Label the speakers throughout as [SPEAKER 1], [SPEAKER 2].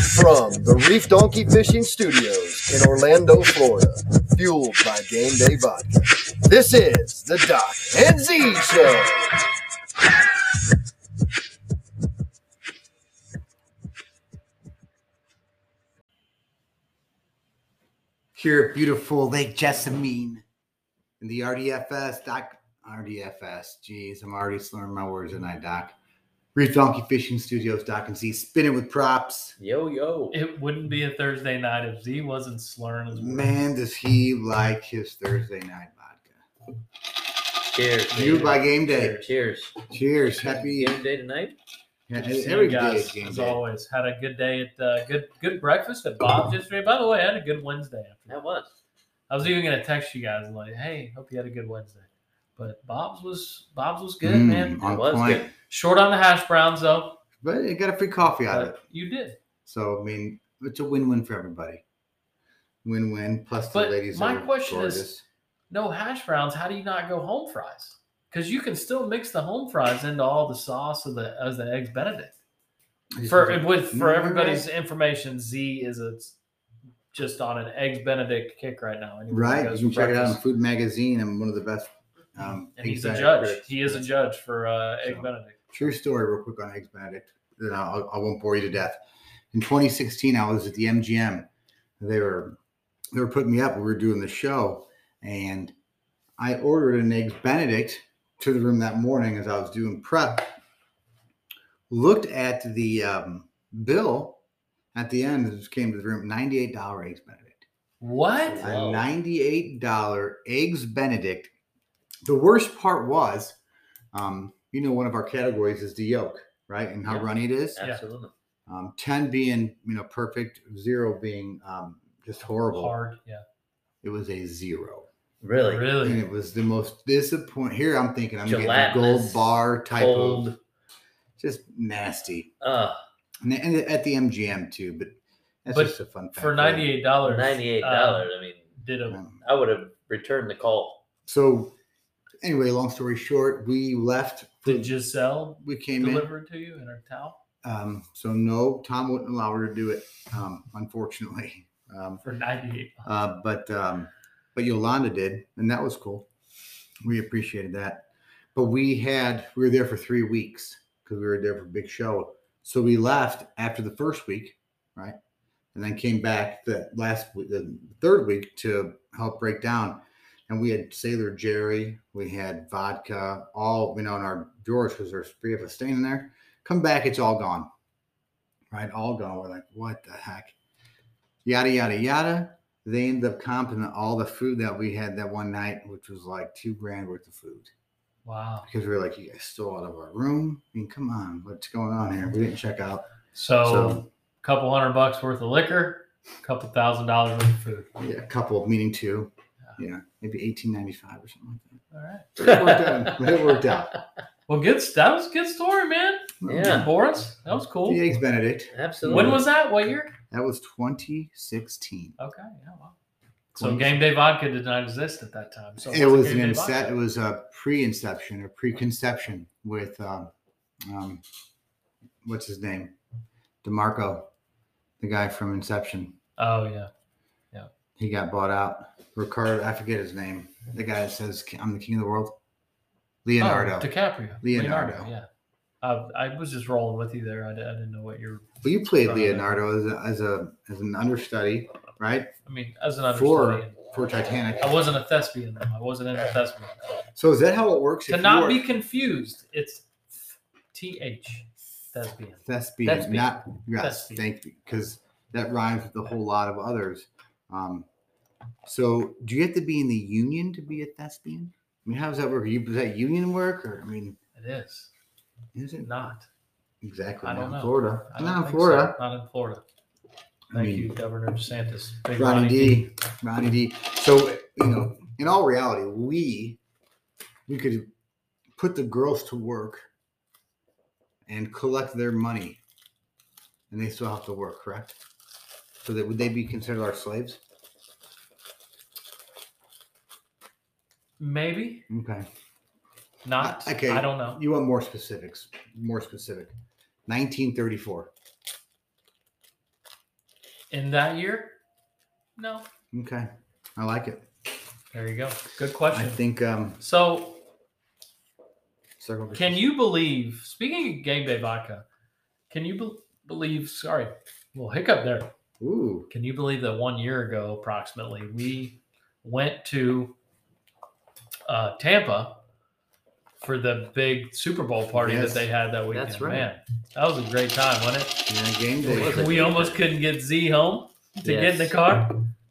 [SPEAKER 1] The Reef Donkey Fishing Studios in Orlando, Florida, fueled by Game Day Vodka. This is the Doc and Z Show.
[SPEAKER 2] here at beautiful Lake Jessamine in the RDFS doc RDFS. Jeez, I'm already slurring my words tonight, Doc. Reef Donkey Fishing Studios, Doc and Z. Spin it with props.
[SPEAKER 3] Yo yo.
[SPEAKER 4] It wouldn't be a Thursday night if Z wasn't slurring his words.
[SPEAKER 2] Man, does he like his Thursday night vodka?
[SPEAKER 3] Cheers.
[SPEAKER 2] You
[SPEAKER 3] man.
[SPEAKER 2] by game day.
[SPEAKER 3] Cheers. Cheers.
[SPEAKER 2] Cheers. Happy
[SPEAKER 3] game day tonight.
[SPEAKER 2] yeah,
[SPEAKER 4] Good to see
[SPEAKER 2] every
[SPEAKER 4] you
[SPEAKER 2] day
[SPEAKER 4] guys,
[SPEAKER 2] is game
[SPEAKER 4] as
[SPEAKER 2] day.
[SPEAKER 4] always. Had a good day at uh, good good breakfast at Bob's yesterday. By the way, I had a good Wednesday after.
[SPEAKER 3] That was.
[SPEAKER 4] I was even gonna text you guys like, "Hey, hope you had a good Wednesday." But Bob's was Bob's was good,
[SPEAKER 2] Mm,
[SPEAKER 4] man.
[SPEAKER 2] On
[SPEAKER 3] It was
[SPEAKER 2] point.
[SPEAKER 3] good.
[SPEAKER 4] Short on the hash browns though.
[SPEAKER 2] But it got a free coffee out of it.
[SPEAKER 4] But you did.
[SPEAKER 2] So I mean it's a win-win for everybody. Win-win. Plus the
[SPEAKER 4] But
[SPEAKER 2] ladies.
[SPEAKER 4] my
[SPEAKER 2] are
[SPEAKER 4] question is-
[SPEAKER 2] gorgeous.
[SPEAKER 4] No hash browns. How do you not go home fries? Because you can still mix the home fries into all the sauce of the as the eggs Benedict.
[SPEAKER 2] I just
[SPEAKER 4] for
[SPEAKER 2] think-
[SPEAKER 4] with
[SPEAKER 2] No,
[SPEAKER 4] for
[SPEAKER 2] you're
[SPEAKER 4] everybody's information, Z is a, just on an eggs Benedict kick right now. Anywhere he
[SPEAKER 2] Right.
[SPEAKER 4] goes
[SPEAKER 2] You can
[SPEAKER 4] for
[SPEAKER 2] check it out in
[SPEAKER 4] breakfast.
[SPEAKER 2] Food Magazine. I'm one of the best. Um,
[SPEAKER 4] And he's a
[SPEAKER 2] exec-
[SPEAKER 4] judge. He is a judge for uh, egg
[SPEAKER 2] So-
[SPEAKER 4] Benedict.
[SPEAKER 2] True story, real quick on Eggs Benedict. Then I'll, I won't bore you to death. In 2016, I was at the MGM. They were they were putting me up. We were doing the show, and I ordered an Eggs Benedict to the room that morning as I was doing prep. Looked at the um, bill at the end. It just came to the room. Ninety-eight dollar Eggs Benedict.
[SPEAKER 4] What?
[SPEAKER 2] a
[SPEAKER 3] Wow.
[SPEAKER 2] $98 eggs benedict the worst part was um, you know one of our categories is the yolk right and how
[SPEAKER 3] Yeah.
[SPEAKER 2] runny it is
[SPEAKER 4] Yeah.
[SPEAKER 3] Absolutely.
[SPEAKER 2] um, 10 being you know perfect zero being um, just horrible
[SPEAKER 4] Hard. Yeah.
[SPEAKER 2] it was a zero
[SPEAKER 3] Really?
[SPEAKER 2] and
[SPEAKER 4] Really.
[SPEAKER 2] it was the most disappoint here i'm thinking i'm getting a gold
[SPEAKER 3] Gelatinous,
[SPEAKER 2] bar type of
[SPEAKER 3] Cold.
[SPEAKER 2] just nasty
[SPEAKER 3] Uh,
[SPEAKER 2] and, they- and at the mgm too but that's
[SPEAKER 4] But
[SPEAKER 2] just a fun fact
[SPEAKER 4] For
[SPEAKER 2] right?
[SPEAKER 4] ninety eight dollars. uh,
[SPEAKER 3] ninety-eight dollars. I mean,
[SPEAKER 4] Did a
[SPEAKER 2] Um,
[SPEAKER 3] I would have returned the call.
[SPEAKER 2] so anyway long story short we left
[SPEAKER 4] did Giselle
[SPEAKER 2] we came in
[SPEAKER 4] deliver it to you in her towel
[SPEAKER 2] Um, so no, Tom wouldn't allow her to do it, um, unfortunately. Um,
[SPEAKER 4] for ninety eight?
[SPEAKER 2] uh, but um, but Yolanda did, and that was cool. We appreciated that. But we had we were there for three weeks because we were there for a big show. So we left after the first week, right, and then came back the last w- the third week to help break down. And we had Sailor Jerry, we had vodka, all you know in our drawers because there's three of us staying in there. Come back, it's all gone, right? All gone. We're like, what the heck? Yada yada yada they ended up comping all the food that we had that one night, which was like two grand worth of food.
[SPEAKER 4] Wow.
[SPEAKER 2] Because we were like, you guys stole out of our room. I mean, come on, what's going on here? We didn't check out.
[SPEAKER 4] So,
[SPEAKER 2] So-
[SPEAKER 4] a couple hundred bucks worth of liquor, a couple thousand dollars worth of food. All
[SPEAKER 2] Yeah, a couple, meaning two. Yeah, maybe eighteen ninety five or something like
[SPEAKER 4] right.
[SPEAKER 2] that. It worked out. It worked out.
[SPEAKER 4] Well, good. That was a good story, man.
[SPEAKER 3] Yeah.
[SPEAKER 4] Boris, that was cool.
[SPEAKER 2] The eggs Benedict.
[SPEAKER 3] Absolutely.
[SPEAKER 4] When was that? What year?
[SPEAKER 2] That was twenty sixteen.
[SPEAKER 4] Okay, yeah, wow. So game day vodka did not exist at that time. So
[SPEAKER 2] it was
[SPEAKER 4] Game
[SPEAKER 2] an
[SPEAKER 4] Day
[SPEAKER 2] inset.
[SPEAKER 4] Vodka.
[SPEAKER 2] It was a pre-inception or preconception with um, um, what's his name, Demarco, the guy from Inception.
[SPEAKER 4] Oh yeah,
[SPEAKER 2] he got bought out. Ricardo, I forget his name. The guy that says I'm the king of the world. Leonardo.
[SPEAKER 4] Oh, DiCaprio.
[SPEAKER 2] Leonardo.
[SPEAKER 4] yeah. I, I was just rolling with you there. I, di- I didn't know what you're.
[SPEAKER 2] well, you played
[SPEAKER 4] Right.
[SPEAKER 2] Leonardo as a, as a as an understudy, right?
[SPEAKER 4] I mean, as an
[SPEAKER 2] For-
[SPEAKER 4] understudy,
[SPEAKER 2] For Titanic.
[SPEAKER 4] I wasn't a thespian. Though. I wasn't in a thespian.
[SPEAKER 2] So is that how it works?
[SPEAKER 4] To
[SPEAKER 2] if
[SPEAKER 4] not
[SPEAKER 2] you
[SPEAKER 4] be
[SPEAKER 2] are
[SPEAKER 4] confused, it's T H thespian.
[SPEAKER 2] thespian,
[SPEAKER 3] Thespian.
[SPEAKER 2] not yes,
[SPEAKER 4] Thespian.
[SPEAKER 2] thank you, because that rhymes with a whole lot of others. Um, so do you have to be in the union to be a thespian? I mean, how does that work? Are you does that union work, or I mean,
[SPEAKER 4] It is
[SPEAKER 2] is it
[SPEAKER 4] not.
[SPEAKER 2] exactly
[SPEAKER 4] I
[SPEAKER 2] not
[SPEAKER 4] don't
[SPEAKER 2] in
[SPEAKER 4] know.
[SPEAKER 2] Florida?
[SPEAKER 4] I don't
[SPEAKER 2] Not in
[SPEAKER 4] think so.
[SPEAKER 2] Florida.
[SPEAKER 4] Not in Florida.
[SPEAKER 2] I
[SPEAKER 4] Thank
[SPEAKER 2] mean-
[SPEAKER 4] you, Governor DeSantis. Big
[SPEAKER 2] Ronnie D. Ronnie D. So you know, in all reality, we we could put the girls to work and collect their money, and they still have to work, correct? So that would they be considered our slaves?
[SPEAKER 4] Maybe
[SPEAKER 2] Okay.
[SPEAKER 4] not.
[SPEAKER 2] I- okay.
[SPEAKER 4] I don't know.
[SPEAKER 2] You want more specifics? More specific. 1934.
[SPEAKER 4] In that year? No.
[SPEAKER 2] Okay. I like it.
[SPEAKER 4] There you go. Good
[SPEAKER 2] I
[SPEAKER 4] question.
[SPEAKER 2] think um
[SPEAKER 4] so
[SPEAKER 2] circle
[SPEAKER 4] Can you believe? Speaking of game day vodka, can you be- believe? Sorry, little hiccup there.
[SPEAKER 2] Ooh.
[SPEAKER 4] Can you believe that one year ago, approximately, we went to uh, Tampa for the big Super Bowl party
[SPEAKER 2] Yes.
[SPEAKER 4] that they had that weekend?
[SPEAKER 3] That's right.
[SPEAKER 4] Man, that was a great time, wasn't it?
[SPEAKER 2] Yeah, game
[SPEAKER 3] It was
[SPEAKER 2] day.
[SPEAKER 3] a-
[SPEAKER 4] we almost couldn't get Z home to get in the
[SPEAKER 3] Yes.
[SPEAKER 4] car.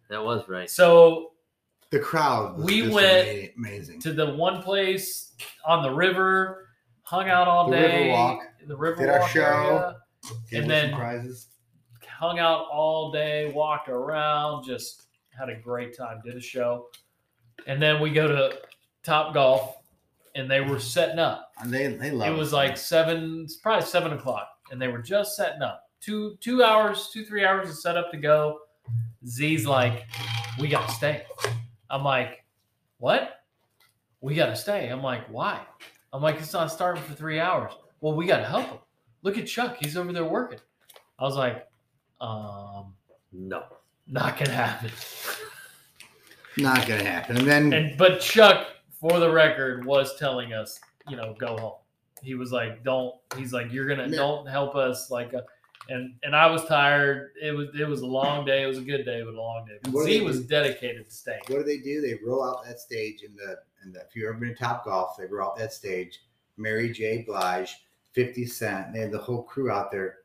[SPEAKER 3] That was right.
[SPEAKER 4] So
[SPEAKER 2] The crowd was
[SPEAKER 4] We
[SPEAKER 2] just
[SPEAKER 4] went
[SPEAKER 2] ama- amazing.
[SPEAKER 4] to the one place on the river, hung out all
[SPEAKER 2] The
[SPEAKER 4] day.
[SPEAKER 2] Riverwalk.
[SPEAKER 4] The river
[SPEAKER 2] Did our show.
[SPEAKER 4] and
[SPEAKER 2] Gave us
[SPEAKER 4] then-
[SPEAKER 2] some prizes.
[SPEAKER 4] hung out all day, walked around, just had a great time, did a show. And then we go to Top Golf and they were setting up.
[SPEAKER 2] And they they love
[SPEAKER 4] It was like seven, it's probably seven o'clock, and they were just setting up. Two two hours, two, three hours of setup to go. Z's like, we gotta stay. I'm like, what? We gotta stay. I'm like, why? I'm like, it's not starting for three hours. Well, we gotta help him. Look at Chuck, he's over there working. I was like, um,
[SPEAKER 3] No.
[SPEAKER 4] not gonna happen.
[SPEAKER 2] not gonna happen. And then
[SPEAKER 4] And but Chuck, for the record, was telling us, you know, go home. He was like, don't. He's like, you're gonna
[SPEAKER 2] Yeah.
[SPEAKER 4] don't help us, like, uh, and and I was tired. It was it was a long day. It was a good day, but a long day. But
[SPEAKER 2] What do
[SPEAKER 4] Z
[SPEAKER 2] they
[SPEAKER 4] was
[SPEAKER 2] do?
[SPEAKER 4] dedicated to staying.
[SPEAKER 2] what do they do? They roll out that stage in the and the, if you've ever been to Top Golf, they roll out that stage. Mary J. Blige, Fifty Cent, they had the whole crew out there,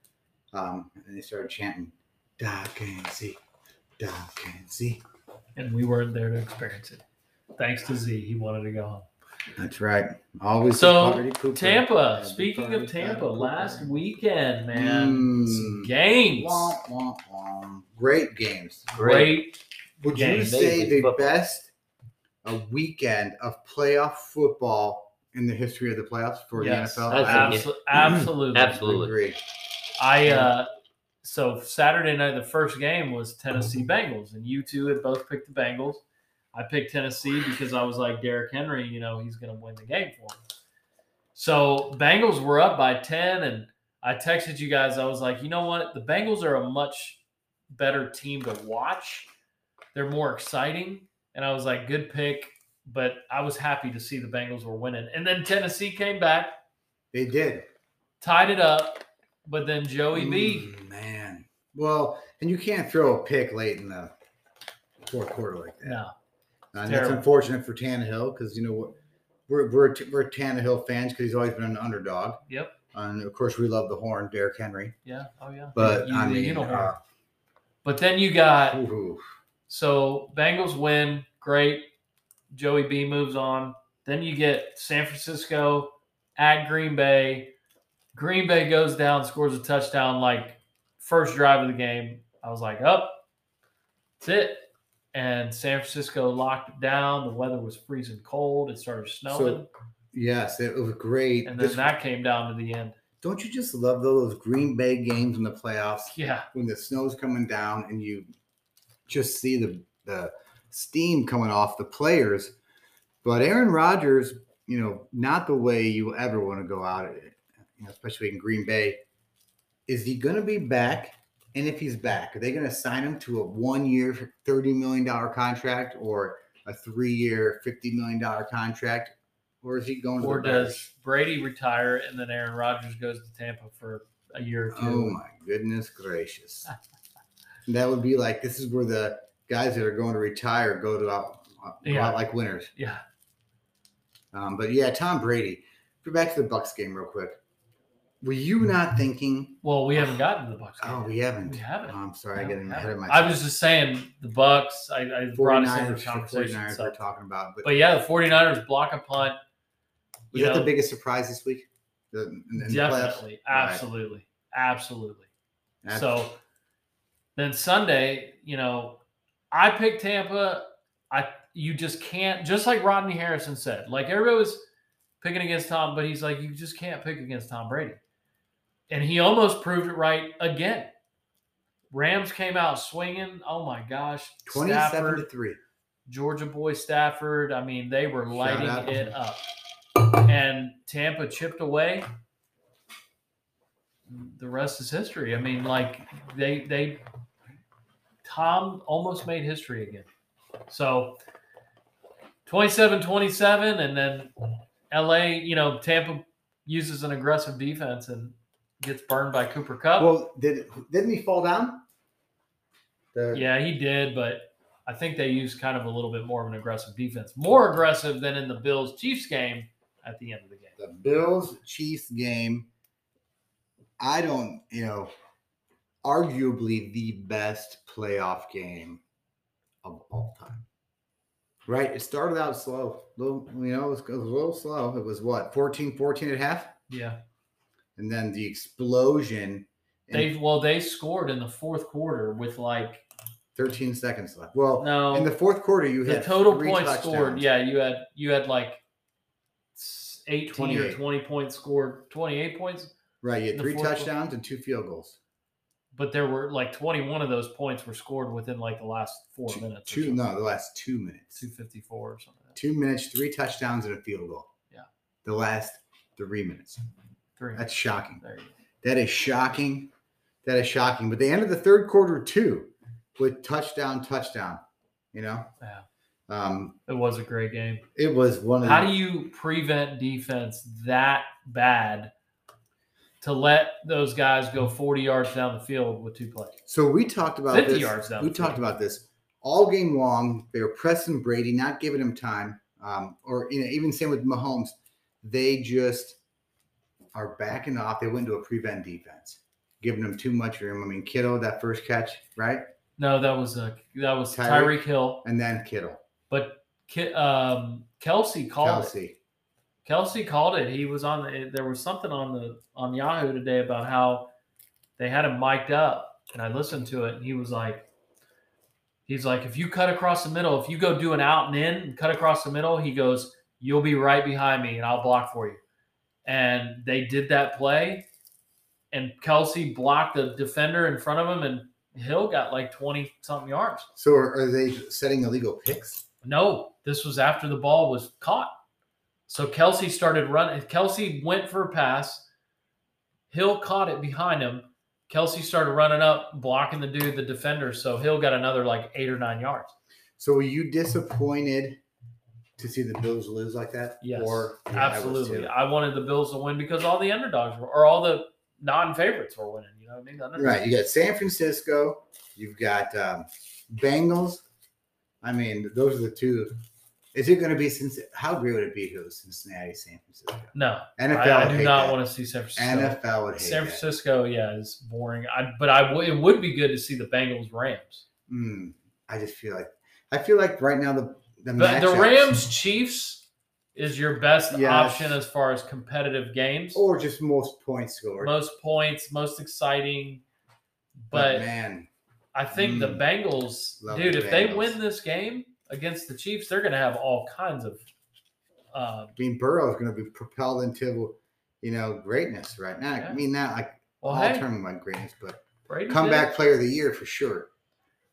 [SPEAKER 2] um, and they started chanting, "Doc and Z, Doc and Z."
[SPEAKER 4] And we weren't there to experience it. Thanks to Z, he wanted to go home.
[SPEAKER 2] That's right. Always the
[SPEAKER 4] So,
[SPEAKER 2] party pooper.
[SPEAKER 4] Tampa.
[SPEAKER 2] Yeah,
[SPEAKER 4] Speaking
[SPEAKER 2] party
[SPEAKER 4] of Tampa,
[SPEAKER 2] pooper.
[SPEAKER 4] last weekend, man, some
[SPEAKER 2] Mm.
[SPEAKER 4] games,
[SPEAKER 2] Womp, womp, womp. great games.
[SPEAKER 4] great.
[SPEAKER 2] Would you
[SPEAKER 4] Game.
[SPEAKER 2] say
[SPEAKER 3] Amazing
[SPEAKER 2] the
[SPEAKER 3] football.
[SPEAKER 2] best a weekend of playoff football in the history of the playoffs for
[SPEAKER 4] Yes,
[SPEAKER 2] the NFL?
[SPEAKER 3] I
[SPEAKER 2] I
[SPEAKER 3] think
[SPEAKER 4] abso- absolutely,
[SPEAKER 3] Absolutely.
[SPEAKER 2] agree.
[SPEAKER 4] I
[SPEAKER 2] Yeah.
[SPEAKER 4] uh so Saturday night the first game was Tennessee Bengals and you two had both picked the Bengals. I picked Tennessee because I was like Derrick Henry, you know, he's going to win the game for him. So Bengals were up by 10 and I texted you guys. I was like, "You know what? The Bengals are a much better team to watch. They're more exciting." And I was like, "Good pick." But I was happy to see the Bengals were winning. And then Tennessee came back,
[SPEAKER 2] They did.
[SPEAKER 4] tied it up, but then Joey B
[SPEAKER 2] Mm, man. Well, and you can't throw a pick late in the fourth quarter like that.
[SPEAKER 4] No.
[SPEAKER 2] Uh, and that's
[SPEAKER 4] terrible.
[SPEAKER 2] unfortunate for Tannehill because you know what we're we're we're Tannehill fans because he's always been an underdog.
[SPEAKER 4] Yep.
[SPEAKER 2] And of course, we love the horn, Derrick Henry.
[SPEAKER 4] Yeah. Oh yeah.
[SPEAKER 2] But
[SPEAKER 4] You-
[SPEAKER 2] I
[SPEAKER 4] you
[SPEAKER 2] mean,
[SPEAKER 4] don't
[SPEAKER 2] uh,
[SPEAKER 4] But then you got
[SPEAKER 2] ooh,
[SPEAKER 4] so Bengals win, great. Joey B moves on. Then you get San Francisco at Green Bay. Green Bay goes down, scores a touchdown like first drive of the game. I was like, up, that's it. And San Francisco locked it down. The weather was freezing cold. It started snowing,
[SPEAKER 2] yes, it was great.
[SPEAKER 4] and then
[SPEAKER 2] This-
[SPEAKER 4] that came down to the end.
[SPEAKER 2] don't you just love those Green Bay games in the playoffs?
[SPEAKER 4] Yeah,
[SPEAKER 2] when the snow's coming down and you just see the the steam coming off the players. But Aaron Rodgers, you know, not the way you ever want to go out, at it, you know, especially in Green Bay. Is he going to be back? And if he's back, are they going to sign him to a one-year, thirty million dollar contract, or a three-year, fifty million dollar contract, or is he going? to
[SPEAKER 4] or
[SPEAKER 2] the Bears?
[SPEAKER 4] does Brady retire and then Aaron Rodgers goes to Tampa for a year or two?
[SPEAKER 2] Oh my goodness gracious. that would be like this is where the guys that are going to retire go to out, go
[SPEAKER 4] Yeah.
[SPEAKER 2] out like winners.
[SPEAKER 4] Yeah.
[SPEAKER 2] Um, but yeah, Tom Brady. Go back to the Bucks game real quick. Were
[SPEAKER 4] Hmm.
[SPEAKER 2] you not thinking?
[SPEAKER 4] Well, we haven't gotten to the Bucks. game
[SPEAKER 2] Oh,
[SPEAKER 4] yet.
[SPEAKER 2] we haven't.
[SPEAKER 4] We haven't.
[SPEAKER 2] Oh, I'm sorry,
[SPEAKER 4] No,
[SPEAKER 2] I
[SPEAKER 4] we
[SPEAKER 2] get in ahead
[SPEAKER 4] haven't.
[SPEAKER 2] of myself.
[SPEAKER 4] I was just saying the Bucks. I, I brought us into
[SPEAKER 2] 49ers,
[SPEAKER 4] the
[SPEAKER 2] the
[SPEAKER 4] conversation.
[SPEAKER 2] 49ers
[SPEAKER 4] so-
[SPEAKER 2] we're talking about. But,
[SPEAKER 4] But yeah, the 49ers block a punt.
[SPEAKER 2] was
[SPEAKER 4] you
[SPEAKER 2] that
[SPEAKER 4] know,
[SPEAKER 2] the biggest surprise this week? The, in, in the playoffs?
[SPEAKER 4] Definitely.
[SPEAKER 2] Right.
[SPEAKER 4] Absolutely. Absolutely.
[SPEAKER 2] That's-
[SPEAKER 4] So then Sunday, you know, I picked Tampa. I you just can't just like Rodney Harrison said. Like everybody was picking against Tom, but he's like you just can't pick against Tom Brady. And he almost proved it right again. Rams came out swinging. Oh my gosh.
[SPEAKER 2] 27 to
[SPEAKER 4] Stafford,
[SPEAKER 2] 3.
[SPEAKER 4] Georgia boy Stafford. I mean, they were
[SPEAKER 2] Shout
[SPEAKER 4] lighting
[SPEAKER 2] out.
[SPEAKER 4] it up. And Tampa chipped away. The rest is history. I mean, like they they Tom almost made history again. So 27 27, and then LA, you know, Tampa uses an aggressive defense and gets burned by Cooper Cup.
[SPEAKER 2] Well, did didn't he fall down? The-
[SPEAKER 4] yeah, he did, but I think they used kind of a little bit more of an aggressive defense, more aggressive than in the Bills Chiefs game at the end of the game.
[SPEAKER 2] the Bills Chiefs game. I don't, you know, arguably the best playoff game of all time. Right? It started out slow. Little, you know, it was, it was a little slow. It was what, 14, 14 and a half?
[SPEAKER 4] Yeah.
[SPEAKER 2] And then the explosion in
[SPEAKER 4] They well, they scored in the fourth quarter with like
[SPEAKER 2] 13 seconds left. Well,
[SPEAKER 4] no
[SPEAKER 2] in the fourth quarter, you
[SPEAKER 4] the
[SPEAKER 2] had
[SPEAKER 4] total
[SPEAKER 2] three
[SPEAKER 4] points scored.
[SPEAKER 2] touchdowns.
[SPEAKER 4] Yeah, you had you had like s- 18 or
[SPEAKER 2] 28.
[SPEAKER 4] 20 points scored, 28 points,
[SPEAKER 2] Right. You
[SPEAKER 4] in
[SPEAKER 2] had
[SPEAKER 4] the
[SPEAKER 2] three
[SPEAKER 4] fourth quarter.
[SPEAKER 2] touchdowns and two field goals.
[SPEAKER 4] but there were like 21 of those points were scored within like the last 4
[SPEAKER 2] Two-
[SPEAKER 4] minutes. or
[SPEAKER 2] Two,
[SPEAKER 4] something.
[SPEAKER 2] no, the last two minutes.
[SPEAKER 4] 254 or something. like that.
[SPEAKER 2] two minutes, three touchdowns, and a field goal.
[SPEAKER 4] Yeah.
[SPEAKER 2] The last three minutes.
[SPEAKER 4] 3.
[SPEAKER 2] That's shocking.
[SPEAKER 4] There you go.
[SPEAKER 2] That is shocking. That is shocking. But they ended the third quarter too with touchdown, touchdown. You know?
[SPEAKER 4] Yeah.
[SPEAKER 2] Um,
[SPEAKER 4] It was a great game.
[SPEAKER 2] it was one of
[SPEAKER 4] How
[SPEAKER 2] the,
[SPEAKER 4] do you prevent defense that bad to let those guys go 40 yards down the field with two plays?
[SPEAKER 2] so we talked about
[SPEAKER 4] 50
[SPEAKER 2] this.
[SPEAKER 4] yards down
[SPEAKER 2] we
[SPEAKER 4] the
[SPEAKER 2] talked
[SPEAKER 4] field.
[SPEAKER 2] about this all game long. They were pressing Brady, not giving him time. Um, or you know, even same with Mahomes, they just are backing off. They went to a prevent defense, giving them too much room. I mean, Kittle, that first catch, right?
[SPEAKER 4] No, that was a that was
[SPEAKER 2] Tyreek?
[SPEAKER 4] Tyreek Hill,
[SPEAKER 2] And then Kittle,
[SPEAKER 4] but Ki- um, Kelsey called it.
[SPEAKER 2] Kelsey.
[SPEAKER 4] Kelsey called it. He was on the. There was something on the on Yahoo today about how they had him mic'd up, and I listened to it, and he was like, he's like, if you cut across the middle, if you go do an out and in and cut across the middle, he goes, you'll be right behind me, and I'll block for you. And they did that play, and Kelsey blocked the defender in front of him, and Hill got like twenty something yards.
[SPEAKER 2] So are, are they setting illegal picks?
[SPEAKER 4] No, this was after the ball was caught. So Kelsey started running. Kelsey went for a pass. Hill caught it behind him. Kelsey started running up, blocking the dude, the defender. So Hill got another like eight or nine yards.
[SPEAKER 2] So were you disappointed to see the Bills lose like that?
[SPEAKER 4] Yes,
[SPEAKER 2] Yeah, I was
[SPEAKER 4] Absolutely.
[SPEAKER 2] too.
[SPEAKER 4] I, wanted the Bills to win because all the underdogs were, or all the non favorites were winning. You know what I mean? The underdogs.
[SPEAKER 2] Right. You got San Francisco. You've got um, Bengals. I mean, those are the two. Is it going to be since? How great would it be if it was Cincinnati, San Francisco?
[SPEAKER 4] No,
[SPEAKER 2] NFL.
[SPEAKER 4] I, I
[SPEAKER 2] would
[SPEAKER 4] do
[SPEAKER 2] hate
[SPEAKER 4] not
[SPEAKER 2] that.
[SPEAKER 4] want to see San Francisco.
[SPEAKER 2] NFL would hate
[SPEAKER 4] San
[SPEAKER 2] that.
[SPEAKER 4] Francisco, yeah, is boring. I, but I w- it would be good to see the Bengals Rams.
[SPEAKER 2] Mm, I just feel like I feel like right now the the,
[SPEAKER 4] But the
[SPEAKER 2] matchups-
[SPEAKER 4] Rams Chiefs is your best
[SPEAKER 2] Yes. Oh,
[SPEAKER 4] option as far as competitive games.
[SPEAKER 2] or just most points scored.
[SPEAKER 4] Most points, most exciting. But
[SPEAKER 2] man,
[SPEAKER 4] I think the
[SPEAKER 2] Mm.
[SPEAKER 4] Bengals,
[SPEAKER 2] Love
[SPEAKER 4] dude,
[SPEAKER 2] the
[SPEAKER 4] if they
[SPEAKER 2] Bengals.
[SPEAKER 4] win this game against the Chiefs, they're going to have all kinds of.
[SPEAKER 2] I
[SPEAKER 4] Uh,
[SPEAKER 2] mean, Burrow is going to be propelled into you know greatness right now. I
[SPEAKER 4] Yeah.
[SPEAKER 2] mean, not like
[SPEAKER 4] well,
[SPEAKER 2] all
[SPEAKER 4] hey,
[SPEAKER 2] term about greatness, but
[SPEAKER 4] Brady did it.
[SPEAKER 2] comeback player of the year for sure.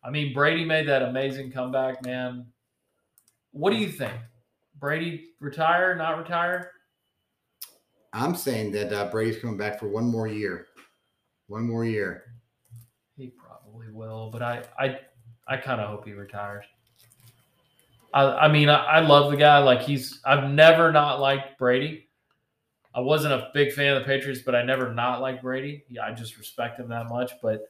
[SPEAKER 4] I mean, Brady made that amazing comeback, man. What do you think? Brady retire, not retire?
[SPEAKER 2] I'm saying that uh, Brady's coming back for one more year. One more year.
[SPEAKER 4] He probably will, but I I I kind of hope he retires. I I mean I, I love the guy. Like he's I've never not liked Brady. I wasn't a big fan of the Patriots, but I never not liked Brady. Yeah, I just respect him that much. But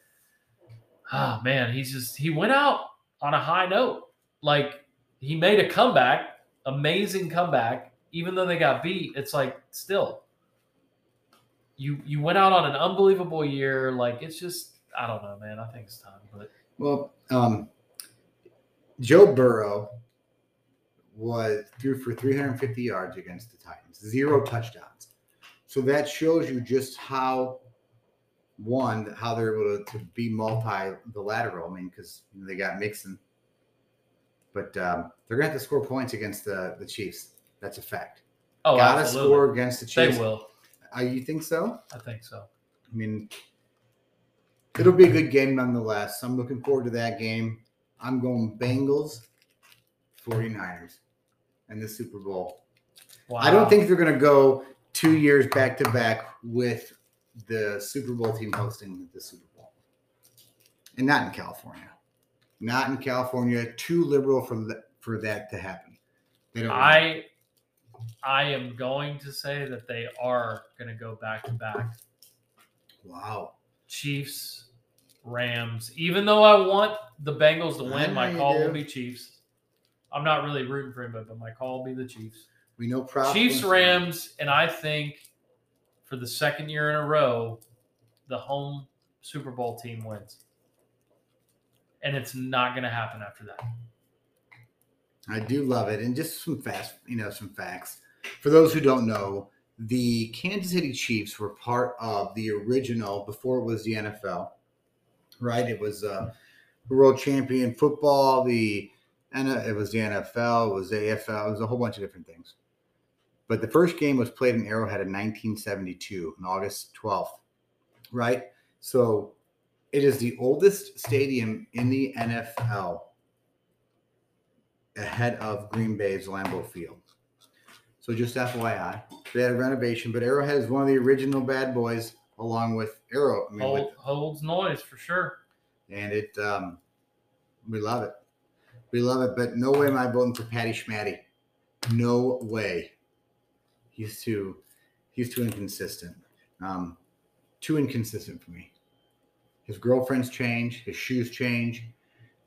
[SPEAKER 4] oh man, he's just he went out on a high note. Like he made a comeback, amazing comeback. Even though they got beat, it's like still you you went out on an unbelievable year. Like it's just I don't know, man. I think it's time. But
[SPEAKER 2] Well, um, Joe Burrow was threw for 350 yards against the Titans, zero touchdowns. So that shows you just how one how they're able to, to be multi the lateral. I mean, because they got Mixon, but um, they're gonna have to score points against the the Chiefs. That's a fact.
[SPEAKER 4] oh,
[SPEAKER 2] Gotta
[SPEAKER 4] absolutely.
[SPEAKER 2] score against the
[SPEAKER 4] they
[SPEAKER 2] Chiefs.
[SPEAKER 4] will.
[SPEAKER 2] Uh, you think so?
[SPEAKER 4] I think so.
[SPEAKER 2] I mean, it'll be a good game nonetheless. I'm looking forward to that game. I'm going Bengals, 49ers, and the Super Bowl.
[SPEAKER 4] Wow.
[SPEAKER 2] I don't think they're going to go two years back to back with the Super Bowl team hosting the Super Bowl, and not in California. Not in California. Too liberal for that for that to happen. They don't.
[SPEAKER 4] I I am going to say that they are going to go back to back
[SPEAKER 2] wow.
[SPEAKER 4] Chiefs, Rams. Even though I want the Bengals to
[SPEAKER 2] I
[SPEAKER 4] win,
[SPEAKER 2] know
[SPEAKER 4] my
[SPEAKER 2] you
[SPEAKER 4] call
[SPEAKER 2] do.
[SPEAKER 4] will be Chiefs. I'm not really rooting for him, but but my call will be the Chiefs.
[SPEAKER 2] We know props.
[SPEAKER 4] Chiefs, Rams, and I think for the second year in a row, the home Super Bowl team wins. And it's not going to happen after that.
[SPEAKER 2] I do love it. And just some fast, you know, some facts. For those who don't know, the Kansas City Chiefs were part of the original before it was the NFL, right? It was uh, world champion football, the and it was the NFL, it was the AFL, it was a whole bunch of different things. But the first game was played in Arrowhead in 1972, on August 12th, right? So it is the oldest stadium in the NFL ahead of Green Bay's Lambeau Field. So just FYI, they had a renovation, but Arrowhead is one of the original bad boys, along with Arrow. I mean, with-
[SPEAKER 4] Hold, holds noise for sure.
[SPEAKER 2] and it, um, we love it. We love it, but no way am I voting for Patty Schmatty. No way. He's too, he's too inconsistent. Um, too inconsistent for me. His girlfriends change. His shoes change.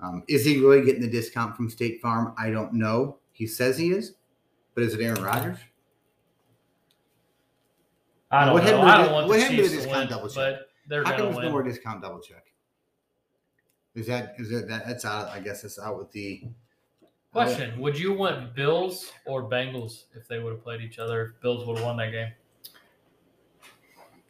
[SPEAKER 2] Um, is he really getting the discount from State Farm? I don't know. He says he is, but is it Aaron Rodgers?
[SPEAKER 4] I don't
[SPEAKER 2] What
[SPEAKER 4] know.
[SPEAKER 2] happened to
[SPEAKER 4] I
[SPEAKER 2] the-
[SPEAKER 4] don't want
[SPEAKER 2] what
[SPEAKER 4] the
[SPEAKER 2] happened to
[SPEAKER 4] Chiefs
[SPEAKER 2] this
[SPEAKER 4] to
[SPEAKER 2] kind
[SPEAKER 4] win,
[SPEAKER 2] of double check?
[SPEAKER 4] but they're
[SPEAKER 2] How come
[SPEAKER 4] going
[SPEAKER 2] there's
[SPEAKER 4] to
[SPEAKER 2] no
[SPEAKER 4] win.
[SPEAKER 2] more discount double check? Is that is that, that that's out? I guess that's out with the
[SPEAKER 4] Question: Would you want Bills or Bengals if they would have played each other? If Bills would have won that game.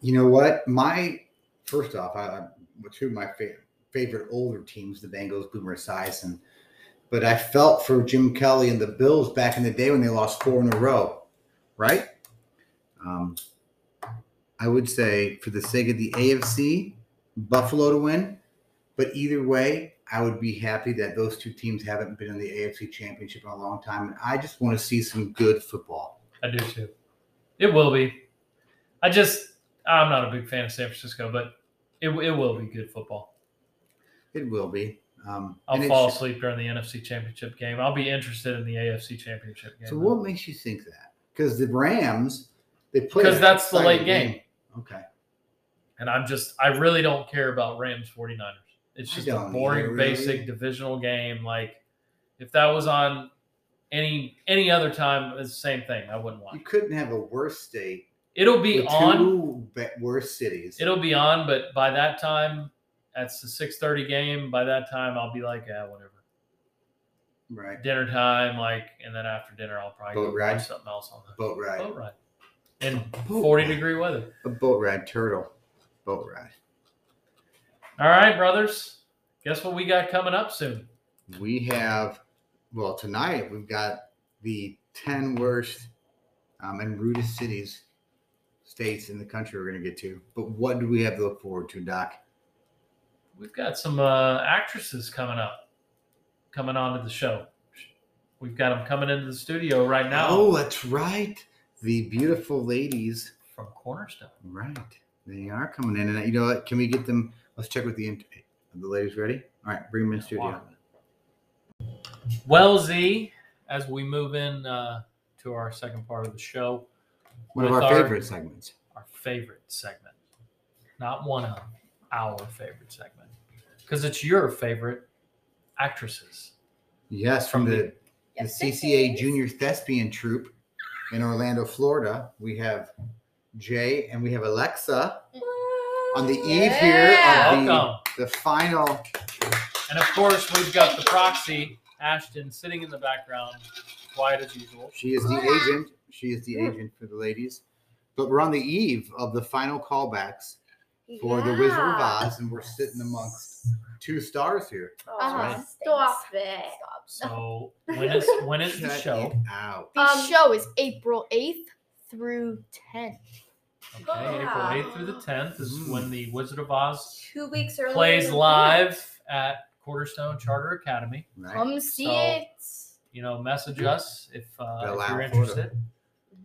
[SPEAKER 2] You know what? My first off, I, I two of my fa- favorite older teams, the Bengals, Boomer Esiason. But I felt for Jim Kelly and the Bills back in the day when they lost four in a row, right? Um, I would say for the sake of the AFC, Buffalo to win. But either way, I would be happy that those two teams haven't been in the AFC Championship in a long time. And I just want to see some good football.
[SPEAKER 4] I do too. It will be. I just I'm not a big fan of San Francisco, but it it will be good football.
[SPEAKER 2] It will be. Um,
[SPEAKER 4] I'll
[SPEAKER 2] and it
[SPEAKER 4] fall
[SPEAKER 2] should-
[SPEAKER 4] asleep during the NFC Championship game. I'll be interested in the AFC Championship game.
[SPEAKER 2] So what makes you think that? Because the Rams, they play
[SPEAKER 4] 'Cause
[SPEAKER 2] a
[SPEAKER 4] that's the late
[SPEAKER 2] exciting
[SPEAKER 4] game.
[SPEAKER 2] Okay,
[SPEAKER 4] and I'm just I really don't care about Rams 49ers. It's
[SPEAKER 2] I
[SPEAKER 4] just a
[SPEAKER 2] don't
[SPEAKER 4] boring
[SPEAKER 2] either, really.
[SPEAKER 4] basic divisional game like if that was on any any other time it's the same thing. I wouldn't
[SPEAKER 2] you
[SPEAKER 4] watch.
[SPEAKER 2] couldn't have a worse state.
[SPEAKER 4] It'll be
[SPEAKER 2] with
[SPEAKER 4] on
[SPEAKER 2] two be- worse cities.
[SPEAKER 4] It'll be on, but by that time, that's the six thirty game. By that time, I'll be like, yeah, whatever.
[SPEAKER 2] right,
[SPEAKER 4] Dinner time, like, and then after dinner, I'll probably
[SPEAKER 2] Boat
[SPEAKER 4] go
[SPEAKER 2] ride?
[SPEAKER 4] watch something else on the
[SPEAKER 2] boat ride,
[SPEAKER 4] boat ride in
[SPEAKER 2] Boat
[SPEAKER 4] forty
[SPEAKER 2] ride.
[SPEAKER 4] degree weather.
[SPEAKER 2] a boat ride, turtle, boat ride.
[SPEAKER 4] All right, brothers. Guess what we got coming up soon?
[SPEAKER 2] We have, well, tonight we've got the ten worst um, and rudest cities, states in the country. We're going to get to, but what do we have to look forward to, Doc?
[SPEAKER 4] We've got some uh, actresses coming up, coming onto the show. We've got them coming into the studio right now
[SPEAKER 2] Oh, that's right, the beautiful ladies
[SPEAKER 4] from Cornerstone.
[SPEAKER 2] Right. They are coming in. And you know what? Can we get them? Let's check with the int- are the ladies ready? All right, bring them in studio.
[SPEAKER 4] Well, Z, as we move in uh, to our second part of the show,
[SPEAKER 2] One of
[SPEAKER 4] With
[SPEAKER 2] our,
[SPEAKER 4] our-
[SPEAKER 2] favorite segments.
[SPEAKER 4] our favorite segment. Not one of our favorite segment. Because it's your favorite actresses.
[SPEAKER 2] Yes, from
[SPEAKER 4] From
[SPEAKER 2] the, the
[SPEAKER 5] Yes, this
[SPEAKER 2] CCA
[SPEAKER 5] is.
[SPEAKER 2] Junior Thespian Troupe in Orlando, Florida. We have Jay and we have Alexa on the eve here uh,
[SPEAKER 5] Yeah.
[SPEAKER 2] of the,
[SPEAKER 4] Welcome.
[SPEAKER 2] the final.
[SPEAKER 4] And of course, we've got the proxy, Ashton, sitting in the background, quiet as usual.
[SPEAKER 2] She is the agent. She is the agent for the ladies. But we're on the eve of the final callbacks for The Wizard of
[SPEAKER 5] Yeah.
[SPEAKER 2] Oz, and we're sitting amongst two stars here.
[SPEAKER 5] Uh-huh. Stop it.
[SPEAKER 4] So when is when is the
[SPEAKER 2] Shut
[SPEAKER 4] show?
[SPEAKER 2] it out.
[SPEAKER 5] The
[SPEAKER 6] Um,
[SPEAKER 5] show is April 8th through 10th.
[SPEAKER 4] Okay, April
[SPEAKER 6] Yeah.
[SPEAKER 4] 8th through the 10th is
[SPEAKER 2] Mm.
[SPEAKER 4] when the Wizard of Oz
[SPEAKER 6] two weeks earlier.
[SPEAKER 4] plays
[SPEAKER 6] than-
[SPEAKER 4] live at Quarterstone Charter Academy.
[SPEAKER 2] Right.
[SPEAKER 5] Come see
[SPEAKER 4] So-
[SPEAKER 5] it.
[SPEAKER 4] You know, message us if, uh, if
[SPEAKER 2] Allow
[SPEAKER 4] you're
[SPEAKER 2] photo.
[SPEAKER 4] interested.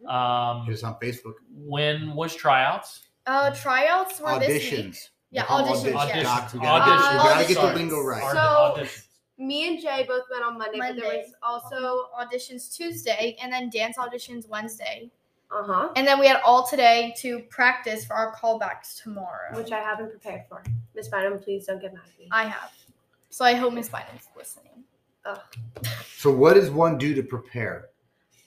[SPEAKER 4] Um,
[SPEAKER 2] Hit us on Facebook.
[SPEAKER 4] when was tryouts?
[SPEAKER 5] Uh, tryouts were this week.
[SPEAKER 2] Auditions.
[SPEAKER 5] Yeah,
[SPEAKER 2] We call
[SPEAKER 5] auditions,
[SPEAKER 2] Docs.
[SPEAKER 5] yes.
[SPEAKER 2] Docs. We
[SPEAKER 4] Auditions,
[SPEAKER 2] gotta, we gotta get the
[SPEAKER 5] auditions.
[SPEAKER 2] lingo right.
[SPEAKER 4] Our
[SPEAKER 5] So-
[SPEAKER 4] auditions.
[SPEAKER 6] Me and Jay both went on Monday, but there
[SPEAKER 5] Monday.
[SPEAKER 6] was also
[SPEAKER 5] auditions Tuesday and then dance auditions Wednesday.
[SPEAKER 6] uh huh,
[SPEAKER 5] And then we had all today to practice for our callbacks tomorrow.
[SPEAKER 6] which I haven't prepared for. Miss Bynum, please don't get mad at me.
[SPEAKER 5] I have. So I hope Miss Biden's listening.
[SPEAKER 2] So what does one do to prepare?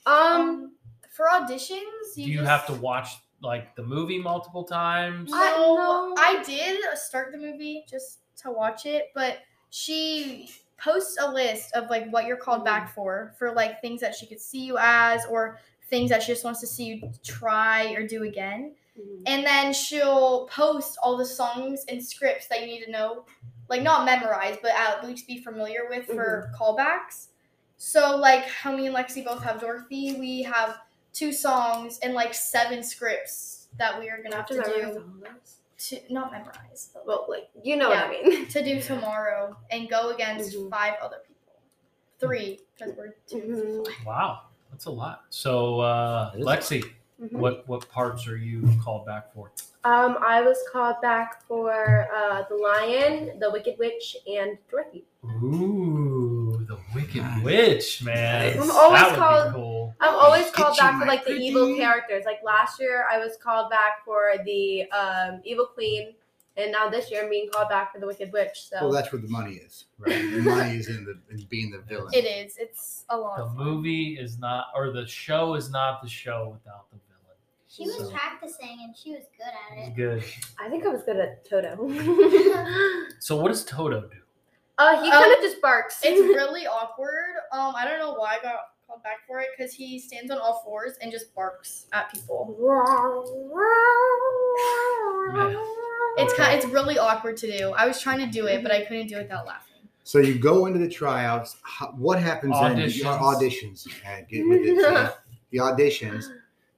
[SPEAKER 6] Um,
[SPEAKER 5] Um, for auditions,
[SPEAKER 4] Do
[SPEAKER 5] you,
[SPEAKER 4] you
[SPEAKER 5] just-
[SPEAKER 4] have to watch like the movie multiple times?
[SPEAKER 6] I-
[SPEAKER 5] No,
[SPEAKER 6] no.
[SPEAKER 5] I did start the movie just to watch it, but she posts a list of like what you're called back for, for like things that she could see you as, or things that she just wants to see you try or do again. And then she'll post all the songs and scripts that you need to know, like not memorize, but at least be familiar with for callbacks. So like how me and Lexi both have Dorothy, we have two songs and like seven scripts that we are gonna have to
[SPEAKER 6] Does everyone
[SPEAKER 5] do
[SPEAKER 6] follow this?
[SPEAKER 5] to not memorize, but
[SPEAKER 6] Well, like you know what I mean.
[SPEAKER 5] to do tomorrow and go against
[SPEAKER 6] Mhm.
[SPEAKER 5] five other people. Three, because we're 2
[SPEAKER 6] Mhm.
[SPEAKER 4] Mm-hmm. wow, that's a lot. So uh,
[SPEAKER 3] It is.
[SPEAKER 4] Lexi,
[SPEAKER 6] Mhm.
[SPEAKER 4] what what parts are you called back for?
[SPEAKER 6] Um, I was called back for uh, the Lion, the Wicked Witch, and Dorothy.
[SPEAKER 4] Ooh, the Wicked
[SPEAKER 2] Nice.
[SPEAKER 4] Witch, man.
[SPEAKER 2] Nice. I'm
[SPEAKER 6] always
[SPEAKER 4] that would
[SPEAKER 6] called-
[SPEAKER 4] Be cool.
[SPEAKER 6] I'm always called
[SPEAKER 2] Get you,
[SPEAKER 6] back for
[SPEAKER 2] my
[SPEAKER 6] like the evil
[SPEAKER 2] pretty.
[SPEAKER 6] characters. Like last year, I was called back for the um, Evil Queen, and now this year I'm being called back for the Wicked Witch. So
[SPEAKER 2] Well, that's where the money is, right? The money is in the in being the villain.
[SPEAKER 5] It is. It's a lot.
[SPEAKER 4] The
[SPEAKER 5] Of fun.
[SPEAKER 4] movie is not, or the show is not the show without the villain.
[SPEAKER 7] She was
[SPEAKER 4] So-
[SPEAKER 7] practicing and she was good at it.
[SPEAKER 4] It's good.
[SPEAKER 6] I think I was good at Toto. uh,
[SPEAKER 4] So what does Toto do?
[SPEAKER 6] Uh, he
[SPEAKER 5] Um,
[SPEAKER 6] kind of just barks.
[SPEAKER 5] It's really awkward. Um, I don't know why I got called back for it because he stands on all fours and just barks at people. It's kind. It's really awkward to do. I was trying to do it, but I couldn't do it without laughing.
[SPEAKER 2] So you go into the tryouts. Ho- What happens then? You-
[SPEAKER 4] Auditions.
[SPEAKER 2] auditions. Yeah, get with it, Jay. the auditions.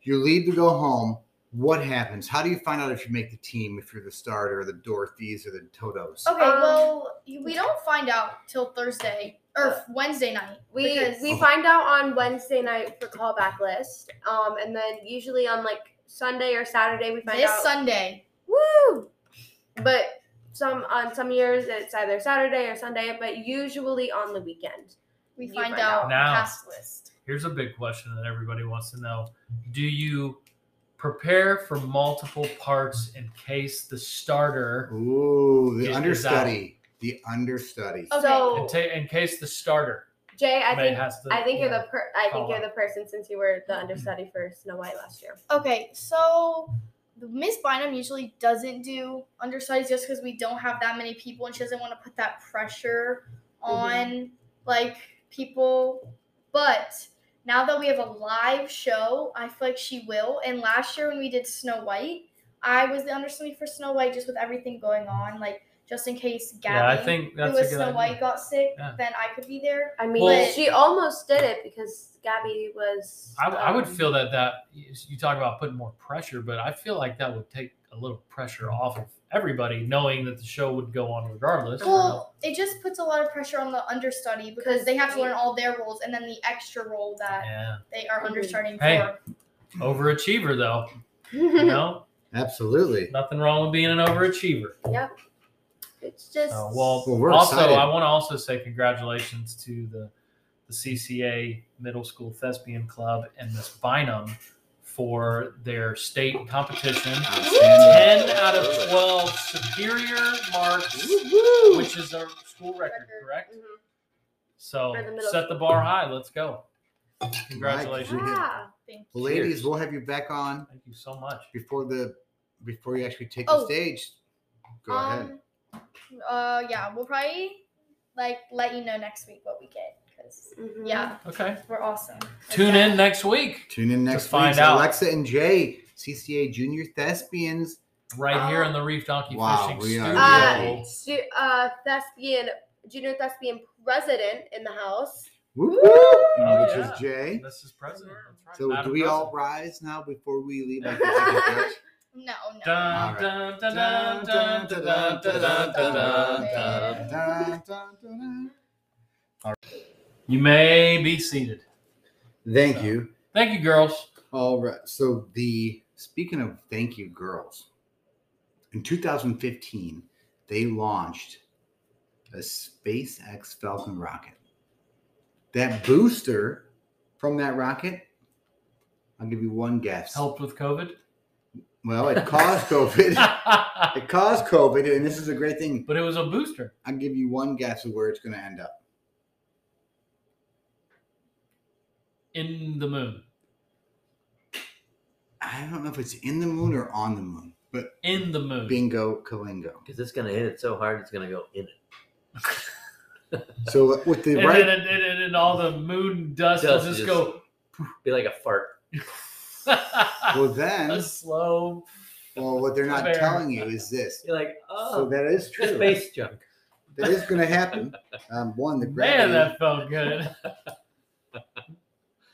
[SPEAKER 2] You leave to go home. What happens? How do you find out if you make the team? If you're the starter, or the Dorothy's, or the Totos?
[SPEAKER 5] Okay.
[SPEAKER 6] Um,
[SPEAKER 5] well, we don't find out till Thursday or Wednesday night.
[SPEAKER 6] We
[SPEAKER 5] because-
[SPEAKER 6] we find out on Wednesday night for callback list, um, and then usually on like Sunday or Saturday we find
[SPEAKER 5] this
[SPEAKER 6] out.
[SPEAKER 5] Sunday.
[SPEAKER 6] Woo! But some on some years it's either Saturday or Sunday, but usually on the weekend.
[SPEAKER 5] We
[SPEAKER 6] You
[SPEAKER 5] find
[SPEAKER 6] find
[SPEAKER 4] out.
[SPEAKER 5] out the
[SPEAKER 4] Now.
[SPEAKER 5] cast list.
[SPEAKER 4] Here's a big question that everybody wants to know. Do you prepare for multiple parts in case the
[SPEAKER 5] Oh.
[SPEAKER 4] starter
[SPEAKER 2] Ooh, the
[SPEAKER 4] Is- is
[SPEAKER 2] understudy. The understudy.
[SPEAKER 5] Okay.
[SPEAKER 6] So
[SPEAKER 4] in, ta- in case the starter
[SPEAKER 6] Jay, Oh. I
[SPEAKER 4] may
[SPEAKER 6] think
[SPEAKER 4] has to
[SPEAKER 6] I think you're the per- I
[SPEAKER 4] call
[SPEAKER 6] think you're
[SPEAKER 4] out.
[SPEAKER 6] the person since you were the understudy for Snow White last year.
[SPEAKER 5] Okay, so Miss Bynum usually doesn't do understudies just because we don't have that many people, and she doesn't want to put that pressure
[SPEAKER 4] Mm-hmm.
[SPEAKER 5] on like people. But now that we have a live show, I feel like she will. And last year when we did Snow White, I was the understudy for Snow White just with everything going on, like just in case
[SPEAKER 4] Yeah, I
[SPEAKER 5] Gabby,
[SPEAKER 4] think
[SPEAKER 5] who
[SPEAKER 4] that's a
[SPEAKER 5] was
[SPEAKER 4] good
[SPEAKER 5] Snow
[SPEAKER 4] idea.
[SPEAKER 5] White, got sick,
[SPEAKER 4] Yeah.
[SPEAKER 5] then I could be there.
[SPEAKER 6] I mean,
[SPEAKER 4] Well-
[SPEAKER 6] she almost did it because Gabby was.
[SPEAKER 4] I, I would
[SPEAKER 6] um,
[SPEAKER 4] feel that that you talk about putting more pressure, but I feel like that would take a little pressure off of everybody, knowing that the show would go on regardless.
[SPEAKER 5] Well, it just puts a lot of pressure on the understudy because they have to learn all their roles and then the extra role that
[SPEAKER 4] yeah,
[SPEAKER 5] they
[SPEAKER 6] Mm-hmm.
[SPEAKER 5] are understudying
[SPEAKER 4] Hey.
[SPEAKER 5] for.
[SPEAKER 4] overachiever though. You know,
[SPEAKER 2] Absolutely.
[SPEAKER 4] nothing wrong with being an overachiever.
[SPEAKER 6] It's just.
[SPEAKER 4] So, Oh, well,
[SPEAKER 2] Well, we're
[SPEAKER 4] also,
[SPEAKER 2] excited.
[SPEAKER 4] I want to also say congratulations to the the CCA Middle School Thespian Club and Miss Bynum for their state competition.
[SPEAKER 2] Outstanding.
[SPEAKER 4] 10 out of 12 superior marks, which is a school record,
[SPEAKER 5] Record.
[SPEAKER 4] correct?
[SPEAKER 6] Mhm.
[SPEAKER 4] So
[SPEAKER 6] For the middle
[SPEAKER 4] set the bar high. Let's go. Congratulations.
[SPEAKER 2] Mike,
[SPEAKER 6] Yeah.
[SPEAKER 5] Thank you.
[SPEAKER 2] Well, ladies, we'll have you back on
[SPEAKER 4] Thank you so much.
[SPEAKER 2] before the before you actually take
[SPEAKER 5] Oh. Um,
[SPEAKER 2] the stage. Go ahead.
[SPEAKER 5] Uh, yeah, we'll probably like let you know next week what we get because
[SPEAKER 6] Mhm.
[SPEAKER 5] yeah,
[SPEAKER 4] Okay.
[SPEAKER 5] we're awesome.
[SPEAKER 4] Tune in next week
[SPEAKER 2] Tune in next
[SPEAKER 4] find
[SPEAKER 2] week.
[SPEAKER 4] out.
[SPEAKER 2] Alexa and Jay, CCA Junior Thespians.
[SPEAKER 4] right here in the Reef Donkey
[SPEAKER 2] Wow,
[SPEAKER 4] Fishing
[SPEAKER 2] we
[SPEAKER 4] Studio.
[SPEAKER 2] are
[SPEAKER 6] Uh, stu- uh, thespian, junior thespian president in the house.
[SPEAKER 2] Whoop, whoop,
[SPEAKER 4] Oh,
[SPEAKER 2] Uh, which
[SPEAKER 4] yeah.
[SPEAKER 2] is Jay.
[SPEAKER 4] this is President. That's right.
[SPEAKER 2] So
[SPEAKER 4] Madam
[SPEAKER 2] do we all
[SPEAKER 4] President.
[SPEAKER 2] rise now before we leave?
[SPEAKER 4] Yeah.
[SPEAKER 5] No, no.
[SPEAKER 4] Dun,
[SPEAKER 2] All
[SPEAKER 4] dun, dun, dun, dun, dun, dun, dun, dun, dun, dun. You may be seated.
[SPEAKER 2] Thank you.
[SPEAKER 4] Thank you, girls.
[SPEAKER 2] All right. So the speaking of thank you girls, in 2015, they launched a SpaceX Falcon rocket. That booster from that rocket, I'll give you one guess.
[SPEAKER 4] Helped with COVID.
[SPEAKER 2] Well, it caused COVID.
[SPEAKER 4] but
[SPEAKER 2] it caused COVID, and this is a great thing.
[SPEAKER 4] it was a booster.
[SPEAKER 2] I'll give you one guess of where it's going to end up.
[SPEAKER 4] in the moon.
[SPEAKER 2] I don't know if it's in the moon or on the moon, but
[SPEAKER 4] In the moon.
[SPEAKER 2] bingo, kalingo.
[SPEAKER 3] Because it's going to hit it so hard, it's going to go in it.
[SPEAKER 2] So with the
[SPEAKER 4] and,
[SPEAKER 2] right,
[SPEAKER 4] then, and, and, and all the moon dust,
[SPEAKER 3] Dust
[SPEAKER 4] will
[SPEAKER 3] just-
[SPEAKER 4] just go.
[SPEAKER 3] Be like a fart.
[SPEAKER 2] well
[SPEAKER 4] a
[SPEAKER 2] then,
[SPEAKER 4] slow.
[SPEAKER 2] well, what they're not
[SPEAKER 4] Fair.
[SPEAKER 2] telling you is this.
[SPEAKER 3] You're like, oh,
[SPEAKER 2] So that is true.
[SPEAKER 3] it's space junk.
[SPEAKER 2] That is going to happen. Um, one, the
[SPEAKER 4] Man,
[SPEAKER 2] gravity.
[SPEAKER 4] that felt good.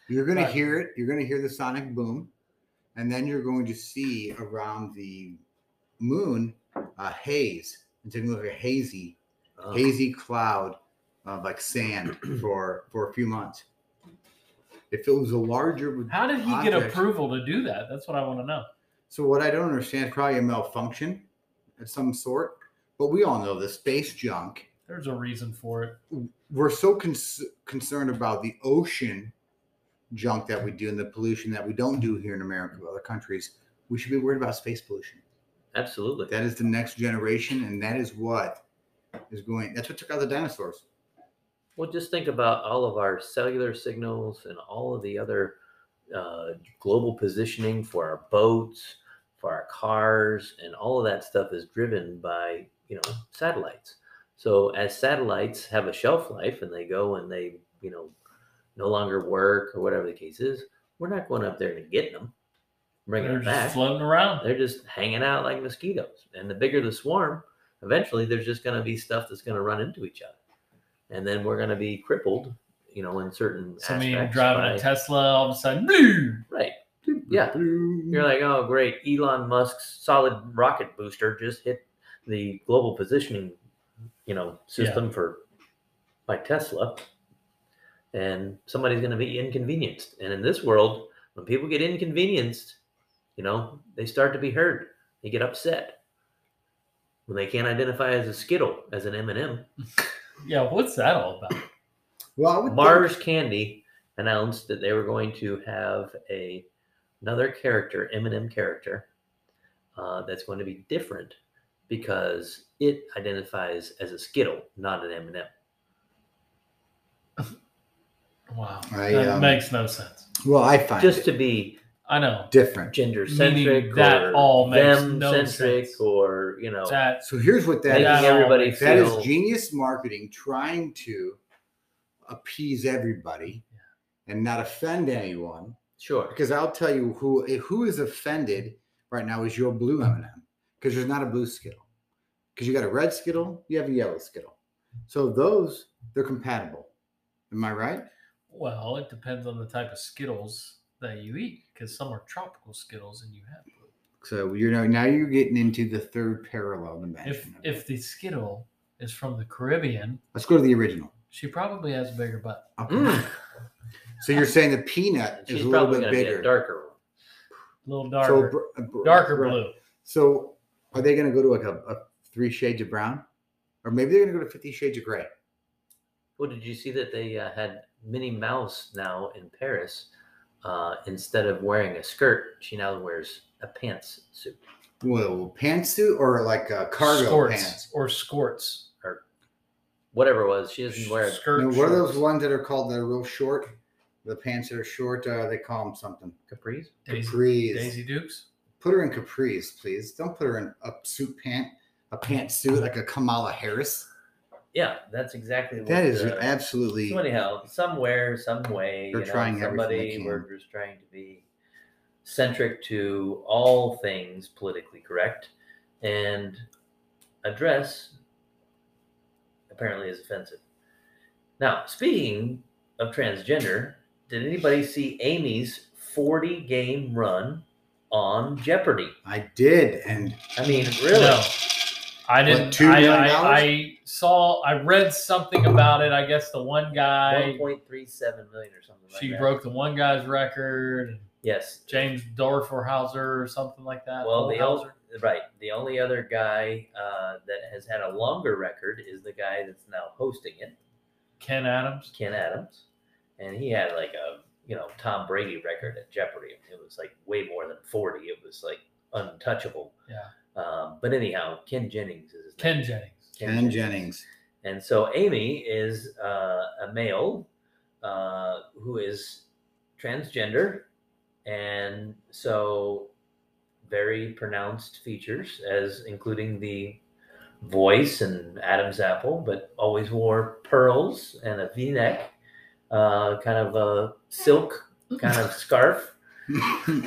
[SPEAKER 2] You're going to
[SPEAKER 4] Right.
[SPEAKER 2] hear it. You're going to hear the sonic boom. And then you're going to see around the moon a haze. It's going to look like a hazy,
[SPEAKER 3] Oh,
[SPEAKER 2] hazy cloud of like sand for for a few months. If it was a larger,
[SPEAKER 4] How did he get
[SPEAKER 2] Object.
[SPEAKER 4] approval to do that? That's what I want to know.
[SPEAKER 2] so what I don't understand, probably a malfunction of some sort. But we all know the space junk
[SPEAKER 4] There's a reason for it.
[SPEAKER 2] we're so cons- concerned about the ocean junk that we do and the pollution that we don't do here in America but other countries. We should be worried about space pollution.
[SPEAKER 3] absolutely.
[SPEAKER 2] That is the next generation, and that is what is going. That's what took out the dinosaurs.
[SPEAKER 3] Well, just think about all of our cellular signals and all of the other uh, global positioning for our boats, for our cars, and all of that stuff is driven by you know satellites. So as satellites have a shelf life and they go and they you know no longer work or whatever the case is, we're not going up there to get them, bringing
[SPEAKER 4] They're
[SPEAKER 3] them
[SPEAKER 4] just
[SPEAKER 3] back.
[SPEAKER 4] floating around.
[SPEAKER 3] They're just hanging out like mosquitoes. And the bigger the swarm, eventually there's just going to be stuff that's going to run into each other. And then we're going to be crippled, you know, in certain
[SPEAKER 4] So I mean,
[SPEAKER 3] aspects
[SPEAKER 4] driving
[SPEAKER 3] by-
[SPEAKER 4] a Tesla, all of a sudden, blue.
[SPEAKER 3] Right. Yeah. You're like, oh, great. Elon Musk's solid rocket booster just hit the global positioning, you know, system for by Tesla. And somebody's going to be inconvenienced. And in this world, when people get inconvenienced, you know, they start to be heard. They get upset when they can't identify as a Skittle, as an M&M.
[SPEAKER 4] Yeah, what's that all about?
[SPEAKER 2] Well, I would
[SPEAKER 3] Mars Candy announced that they were going to have a another character, Eminem character, uh, that's going to be different because it identifies as a Skittle, not an Eminem.
[SPEAKER 4] Wow,
[SPEAKER 2] I,
[SPEAKER 4] that
[SPEAKER 2] um,
[SPEAKER 4] makes no sense.
[SPEAKER 2] Think, well, I find
[SPEAKER 3] Just
[SPEAKER 2] just
[SPEAKER 3] to be
[SPEAKER 4] I know
[SPEAKER 2] different.
[SPEAKER 3] gender
[SPEAKER 4] Meaning
[SPEAKER 3] centric,
[SPEAKER 4] that
[SPEAKER 3] or
[SPEAKER 4] all makes
[SPEAKER 3] them
[SPEAKER 4] no
[SPEAKER 3] centric,
[SPEAKER 4] sense.
[SPEAKER 3] or you know,
[SPEAKER 4] that.
[SPEAKER 2] So here's what that
[SPEAKER 3] making
[SPEAKER 2] is.
[SPEAKER 4] Yeah.
[SPEAKER 3] everybody
[SPEAKER 2] That
[SPEAKER 3] feel
[SPEAKER 2] is genius marketing trying to appease everybody and not offend anyone.
[SPEAKER 3] sure.
[SPEAKER 2] Because I'll tell you who who is offended right now is your blue M&M because there's not a blue Skittle. Because you got a red Skittle, you have a yellow Skittle. So those they're compatible. Am I right?
[SPEAKER 4] Well, it depends on the type of Skittles that you eat, because some are tropical Skittles, and you have.
[SPEAKER 2] So you're now now you're getting into the third parallel dimension.
[SPEAKER 4] If
[SPEAKER 2] of it.
[SPEAKER 4] if the Skittle is from the Caribbean,
[SPEAKER 2] let's go to the original.
[SPEAKER 4] she probably has a bigger butt.
[SPEAKER 2] Okay.
[SPEAKER 3] Mm.
[SPEAKER 2] So you're saying the peanut is
[SPEAKER 3] She's
[SPEAKER 2] a little
[SPEAKER 3] probably
[SPEAKER 2] bit
[SPEAKER 3] going to be a
[SPEAKER 2] bigger.
[SPEAKER 3] darker one.
[SPEAKER 4] A little
[SPEAKER 2] So
[SPEAKER 4] darker,
[SPEAKER 2] br- uh, br-
[SPEAKER 4] darker
[SPEAKER 2] right.
[SPEAKER 4] blue.
[SPEAKER 2] So are they going to go to like a, a three shades of brown, or maybe they're going to go to Fifty Shades of Gray?
[SPEAKER 3] Well, did you see that they uh, had Minnie Mouse now in Paris? Uh, instead of wearing a skirt, she now wears a pants suit
[SPEAKER 2] Whoa, pantsuit or like a cargo
[SPEAKER 4] skorts
[SPEAKER 2] pants?
[SPEAKER 4] or skorts.
[SPEAKER 3] or whatever it was. She doesn't wear.
[SPEAKER 4] Skirt.
[SPEAKER 2] No, what are those
[SPEAKER 4] shorts.
[SPEAKER 2] ones that are called that are real short? The pants that are short, uh, they call them something.
[SPEAKER 3] capris.
[SPEAKER 4] Daisy,
[SPEAKER 2] Capris.
[SPEAKER 4] Daisy Dukes.
[SPEAKER 2] Put her in capris, please. Don't put her in a suit pant, a pantsuit like a Kamala Harris.
[SPEAKER 3] Yeah, that's exactly what.
[SPEAKER 2] That is
[SPEAKER 3] uh,
[SPEAKER 2] absolutely.
[SPEAKER 3] so anyhow, somewhere, some way,
[SPEAKER 2] They're
[SPEAKER 3] you know,
[SPEAKER 2] trying everything
[SPEAKER 3] somebody.
[SPEAKER 2] they can.
[SPEAKER 3] We're just trying to be centric to all things politically correct and address apparently is offensive. Now, speaking of transgender, did anybody see Amy's 40 game run on Jeopardy?
[SPEAKER 2] I did, and
[SPEAKER 3] I mean, really?
[SPEAKER 4] No, I didn't.
[SPEAKER 2] $2 million?
[SPEAKER 4] I, I, I saw. I read something about it. I guess the one guy.
[SPEAKER 3] 1.37 million or something like
[SPEAKER 4] She
[SPEAKER 3] that.
[SPEAKER 4] broke the one guy's record.
[SPEAKER 3] Yes.
[SPEAKER 4] James Dorferhauser or something like that.
[SPEAKER 3] Well, the,
[SPEAKER 4] Dorfhauser.
[SPEAKER 3] right. The only other guy uh, that has had a longer record is the guy that's now hosting it,
[SPEAKER 4] Ken Adams.
[SPEAKER 3] Ken Adams, and he had like a you know Tom Brady record at Jeopardy. It was like way more than forty. It was like untouchable.
[SPEAKER 4] Yeah.
[SPEAKER 3] Um, but anyhow, Ken Jennings is his
[SPEAKER 4] Ken
[SPEAKER 3] name.
[SPEAKER 4] Jennings.
[SPEAKER 2] Ken Jennings.
[SPEAKER 3] And so Amy is uh, a male uh, who is transgender, and so very pronounced features, as including the voice and Adam's apple, but always wore pearls and a V-neck, uh, kind of a silk kind of scarf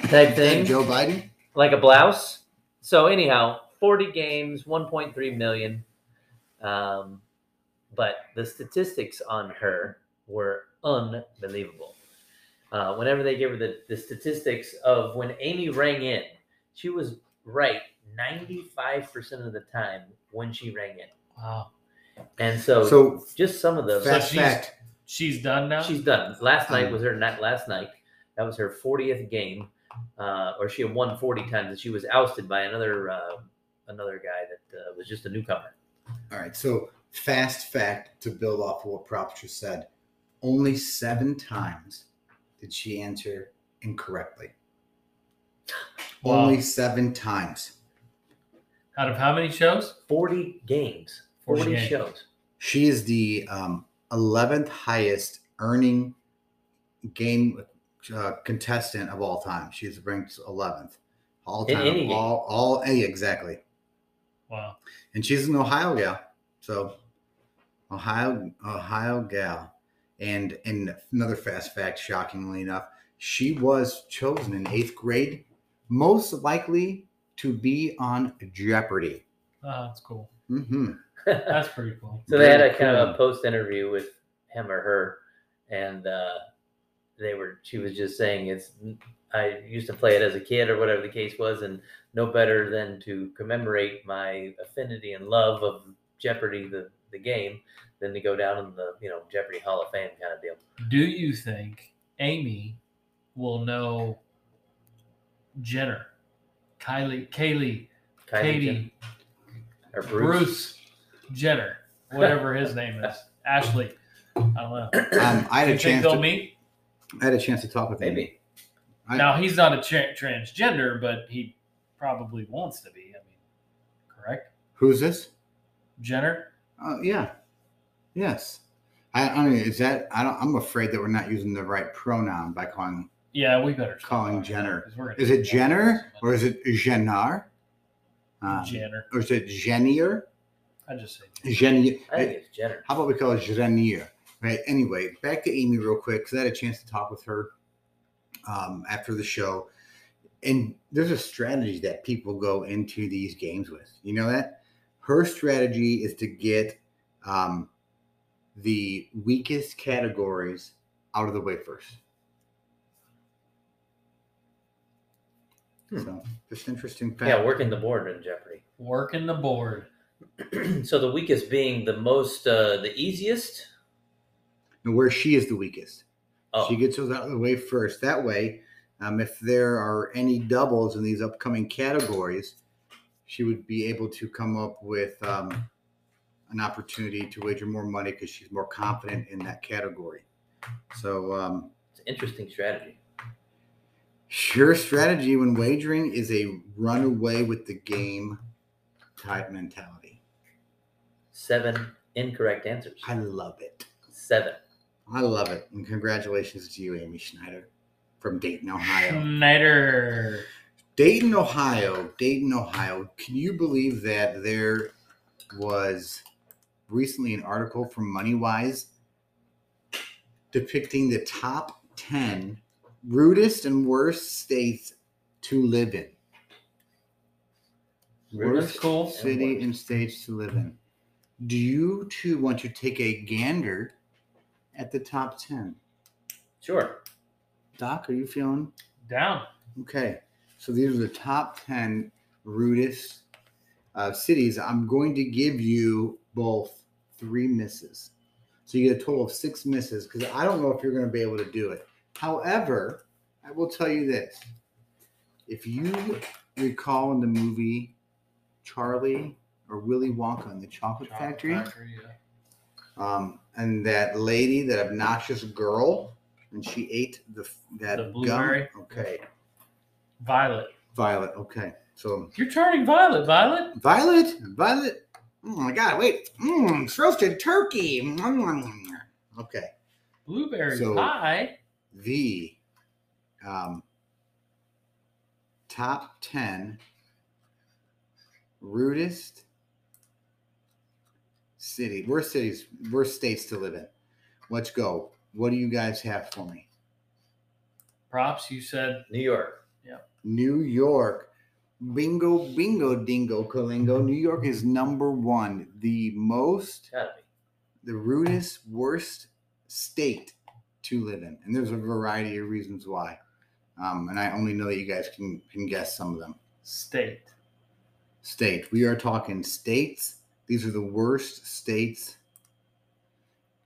[SPEAKER 3] type thing
[SPEAKER 2] Joe Biden.
[SPEAKER 3] like a blouse. So anyhow, 40 games, 1.3 million. Um, but the statistics on her were unbelievable. Uh, whenever they gave her the, the statistics of when Amy rang in, she was right 95% of the time when she rang in.
[SPEAKER 4] Wow.
[SPEAKER 3] And so,
[SPEAKER 2] So
[SPEAKER 3] just some of those.
[SPEAKER 4] Oh, So
[SPEAKER 2] fast
[SPEAKER 4] she's-
[SPEAKER 2] fact.
[SPEAKER 4] She's done now.
[SPEAKER 3] She's done. Last night
[SPEAKER 2] Um,
[SPEAKER 3] was her night. Last night that was her 40th game, uh, or she had won 40 times, and she was ousted by another uh, another guy that uh, was just a newcomer.
[SPEAKER 2] All right. So fast fact to build off of what Propster said. Only seven times did she answer incorrectly.
[SPEAKER 4] Wow.
[SPEAKER 2] Only seven times.
[SPEAKER 4] Out of how many shows?
[SPEAKER 3] 40 games, 40,
[SPEAKER 4] 40 games.
[SPEAKER 3] shows.
[SPEAKER 2] She is the um, 11th highest earning game uh, contestant of all time. She's ranked 11th all
[SPEAKER 3] In
[SPEAKER 2] time.
[SPEAKER 3] any game.
[SPEAKER 2] all, all, yeah, exactly.
[SPEAKER 4] Wow.
[SPEAKER 2] and she's an Ohio gal. So Ohio Ohio gal. And and another fast fact, shockingly enough, she was chosen in eighth grade, most likely to be on Jeopardy.
[SPEAKER 4] Oh, that's cool.
[SPEAKER 2] hmm
[SPEAKER 3] so
[SPEAKER 4] That's pretty cool.
[SPEAKER 3] they had
[SPEAKER 2] Very
[SPEAKER 3] a kind of
[SPEAKER 2] cool.
[SPEAKER 3] a post interview with him or her, and uh, they were. She was just saying it's. I used to play it as a kid, or whatever the case was, and no better than to commemorate my affinity and love of Jeopardy, the the game, than to go down in the you know Jeopardy Hall of Fame kind of deal.
[SPEAKER 4] Do you think Amy will know Jenner, Kylie, Kaylee,
[SPEAKER 3] Kylie Jenner-
[SPEAKER 4] Katie,
[SPEAKER 3] or
[SPEAKER 4] Bruce. Jenner, whatever his name is, Ashley? I don't know.
[SPEAKER 2] Um, I had a
[SPEAKER 4] Do you think
[SPEAKER 2] chance.
[SPEAKER 4] they'll
[SPEAKER 2] to,
[SPEAKER 4] meet?
[SPEAKER 2] I had a chance to talk with
[SPEAKER 3] Maybe.
[SPEAKER 2] Amy. I-
[SPEAKER 4] now he's not a tra- transgender, but he probably wants to be. I mean, correct?
[SPEAKER 2] Who's this?
[SPEAKER 4] Jenner.
[SPEAKER 2] Oh yeah, yes. I, I mean, is that? I don't. I'm afraid that we're not using the right pronoun by calling.
[SPEAKER 4] Yeah, we better. stop
[SPEAKER 2] Calling
[SPEAKER 4] talking about
[SPEAKER 2] Jenner.
[SPEAKER 4] 'cause we're gonna
[SPEAKER 2] Is
[SPEAKER 4] get
[SPEAKER 2] it
[SPEAKER 4] that
[SPEAKER 2] Jenner
[SPEAKER 4] person.
[SPEAKER 2] or is it Jennar? Um,
[SPEAKER 4] Jenner?
[SPEAKER 2] or is it Jennier?
[SPEAKER 4] I just say Jenner.
[SPEAKER 2] Jenny.
[SPEAKER 3] I think it's Jenner.
[SPEAKER 2] How about we call it Jerenier? Right. Anyway, back to Amy real quick because I had a chance to talk with her um, after the show. And there's a strategy that people go into these games with. You know that? Her strategy is to get um, the weakest categories out of the way first.
[SPEAKER 3] Hmm.
[SPEAKER 2] So, just interesting fact.
[SPEAKER 3] Yeah, working the board in Jeopardy.
[SPEAKER 4] working the board.
[SPEAKER 3] so the weakest being the most, uh, the easiest.
[SPEAKER 2] and where she is the weakest.
[SPEAKER 3] Oh,
[SPEAKER 2] She gets those out of the way first. That way, um, if there are any doubles in these upcoming categories, she would be able to come up with um, an opportunity to wager more money because she's more confident in that category. So, um,
[SPEAKER 3] it's an interesting strategy.
[SPEAKER 2] sure strategy when wagering is a run away with the game type mentality.
[SPEAKER 3] Seven incorrect answers.
[SPEAKER 2] I love it.
[SPEAKER 3] Seven.
[SPEAKER 2] I love it. And congratulations to you, Amy Schneider from Dayton, Ohio.
[SPEAKER 4] Schneider.
[SPEAKER 2] Dayton, Ohio. Dayton, Ohio. Can you believe that there was recently an article from MoneyWise depicting the top 10 rudest and worst states to live in?
[SPEAKER 4] That's
[SPEAKER 2] Worst
[SPEAKER 4] cool.
[SPEAKER 2] city
[SPEAKER 3] worst.
[SPEAKER 2] and states to live in. Do you two want to take a gander at the top 10?
[SPEAKER 3] Sure.
[SPEAKER 2] Doc, are you feeling
[SPEAKER 4] Down.
[SPEAKER 2] Okay, so these are the top 10 rudest uh, cities. I'm going to give you both three misses. So you get a total of six misses because I don't know if you're going to be able to do it. However, I will tell you this If you recall in the movie Charlie or Willy Wonka in the Chocolate, Factory,
[SPEAKER 4] yeah.
[SPEAKER 2] um, and that lady, that obnoxious girl, and she ate the that
[SPEAKER 4] The
[SPEAKER 2] gum.
[SPEAKER 4] blueberry?
[SPEAKER 2] Okay,
[SPEAKER 4] Violet.
[SPEAKER 2] Violet. Okay, so
[SPEAKER 4] You're turning violet, Violet.
[SPEAKER 2] Violet, Violet. Oh my God! Wait, mm, roasted turkey. Mm, mm, mm, mm. Okay.
[SPEAKER 4] Blueberry
[SPEAKER 2] So-
[SPEAKER 4] pie.
[SPEAKER 2] the um, top 10 rudest city, worst cities, worst states to live in. Let's go. What do you guys have for me?
[SPEAKER 4] Props. You said
[SPEAKER 3] New York.
[SPEAKER 2] New York. Bingo, bingo, dingo, kalingo. New York is number one. The most,
[SPEAKER 3] Gotta be.
[SPEAKER 2] the rudest, worst state to live in. And there's a variety of reasons why. Um, and I only know that you guys can, can guess some of them.
[SPEAKER 4] state.
[SPEAKER 2] state. We are talking states. These are the worst states